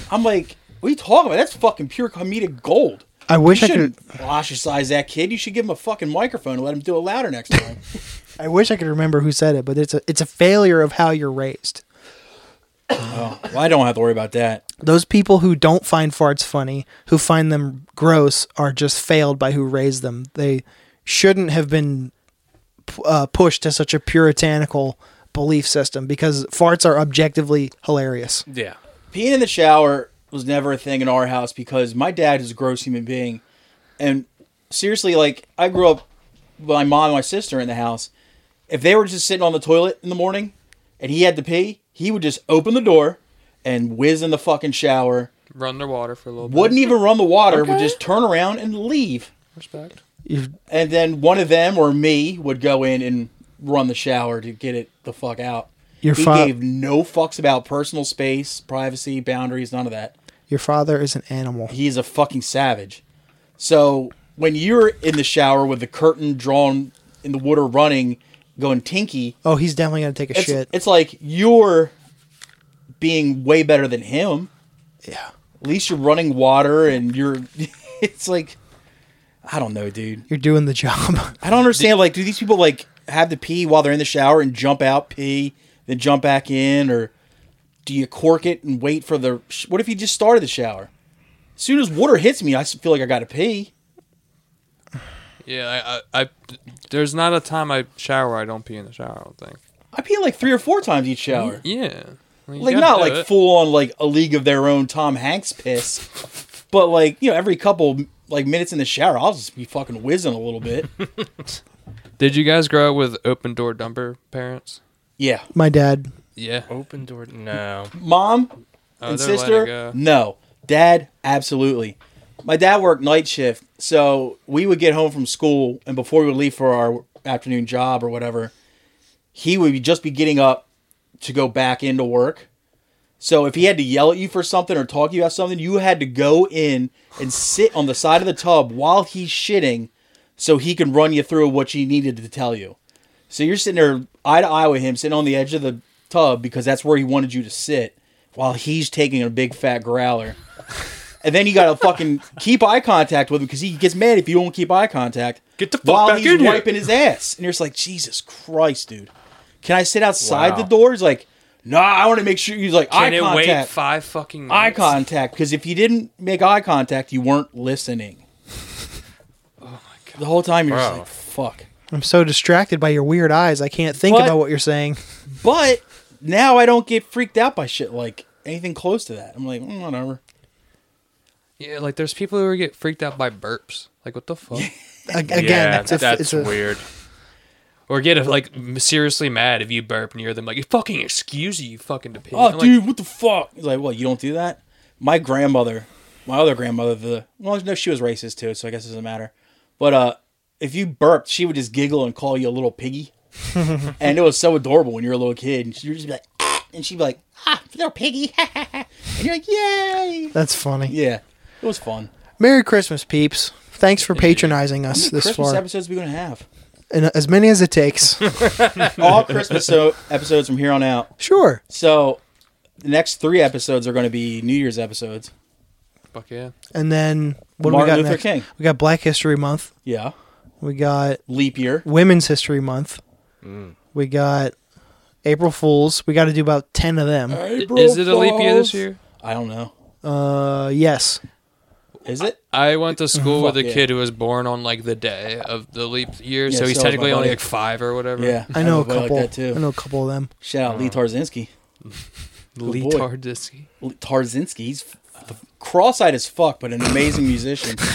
I'm like, "What are you talking about? That's fucking pure comedic gold." I wish You I could shouldn't ostracize that kid. You should give him a fucking microphone and let him do it louder next time. I wish I could remember who said it, but it's a it's a failure of how you're raised. well, I don't have to worry about that. Those people who don't find farts funny, who find them gross, are just failed by who raised them. They shouldn't have been p- uh, pushed to such a puritanical belief system because farts are objectively hilarious. Yeah. peeing in the shower was never a thing in our house because my dad is a gross human being and seriously like i grew up with my mom and my sister in the house if they were just sitting on the toilet in the morning and he had to pee he would just open the door and whiz in the fucking shower Run their water for a little bit. wouldn't even run the water would just turn around and leave Respect. You've- and then one of them or me would go in and run the shower to get it the fuck out Your he fa- gave no fucks about personal space privacy boundaries none of that Your father is an animal. he's a fucking savage. So when you're in the shower with the curtain drawn in the water running, going tinky, Oh, he's definitely gonna take a it's, shit. it's like you're being way better than him. yeah, At least you're running water and you're. It's like, I don't know, dude. you're doing the job. I don't understand. Like, do these people like have to pee while they're in the shower and jump out, pee, then jump back in, or do you cork it and wait for the? What if you just started the shower? As soon as water hits me, I s- feel like I got to pee. Yeah, I, I, I, there's not a time I shower I don't pee in the shower. I don't think. I pee like three or four times each shower. Yeah. Well, you Like gotta not do like it. full on like a league of their own Tom Hanks piss, but like you know every couple like minutes in the shower, I'll just be fucking whizzing a little bit. Did you guys grow up with open door dumper parents? yeah, My dad. Yeah. Open door. No. mom Oh, and they're letting it sister, go. no. Dad, absolutely. My dad worked night shift, so we would get home from school, and before we would leave for our afternoon job or whatever, he would be- just be getting up to go back into work. So if he had to yell at you for something or talk to you about something, you had to go in and sit on the side of the tub while he's shitting, so he can run you through what you needed to tell you. So you're sitting there eye to eye with him, sitting on the edge of the tub because that's where he wanted you to sit, while he's taking a big fat growler. And then you gotta fucking keep eye contact with him because he gets mad if you don't keep eye contact. Get the fuck while back he's in here. wiping his ass, and you're just like, Jesus Christ, dude. Can I sit outside Wow. the door? He's like, Nah, I want to make sure. He's like, Can eye it wait contact, five fucking minutes? eye contact. Because if you didn't make eye contact, you weren't listening. oh my god! The whole time you're just Bro. like, fuck. I'm so distracted by your weird eyes, I can't think What? about what you're saying. But now I don't get freaked out by shit like anything close to that. I'm like, mm, whatever. Yeah, like there's people who get freaked out by burps. Like what the fuck? A- again, yeah, it's a, that's it's a, weird. or get like m- seriously mad if you burp near them. Like you fucking excuse you, you fucking depend. Oh, dude, what the fuck? He's like, well, you don't do that. My grandmother, my other grandmother, the well, no, she was racist too, so I guess it doesn't matter. But uh, if you burped, she would just giggle and call you a little piggy, and it was so adorable when you were a little kid. And she'd just be like, "Ah," and she'd be like, ah, little piggy, and you're like, yay, That's funny. yeah, it was fun. Merry Christmas, peeps. Thanks for patronizing us this Christmas far, episodes we gonna have and as many as it takes. all Christmas so- episodes from here on out. sure. So the next three episodes are gonna be New Year's episodes. fuck yeah. And then what do Martin we got Luther next? King. We got Black History Month. Yeah, We got leap year. Women's History Month. Mm. We got April Fools. We got to do about ten of them. Is it a leap year this year? I don't know. Uh, yes. Is it? I went to school with a Fuck yeah. kid who was born on like the day of the leap year, Yeah, so so was he's my technically only buddy. like five or whatever. Yeah, I know a have buddy couple. Like that too. I know a couple of them. Shout out Lee Uh-huh. Tarzinski. boy. Letardiski. Lee Tarzinski, he's f- f- cross-eyed as fuck, but an amazing musician.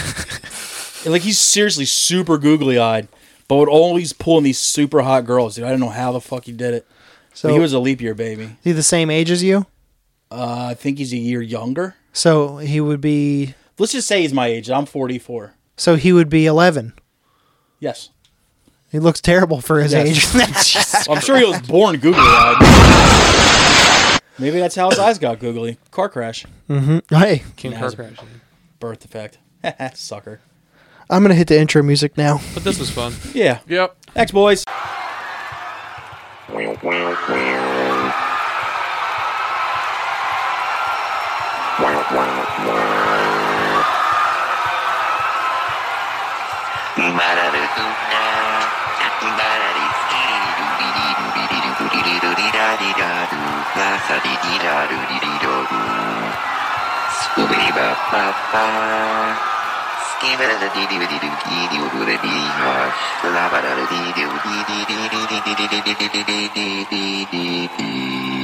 And, like he's seriously super googly-eyed, but would always pull in these super hot girls, dude. I don't know how the fuck he did it. So But he was a leap year baby. he the same age as you? Uh, I think he's a year younger. So he would be. Let's just say he's my age. I'm 44. So he would be eleven. Yes, He looks terrible for his age. I'm sure he was born googly-eyed. Maybe that's how his eyes got googly. Car crash, hey, King Now it's- Kirk. actually. birth defect, sucker. I'm gonna hit the intro music now. But this was fun. Yeah. Yep. Thanks, boys. Scooby-Doo-Bop-Bop.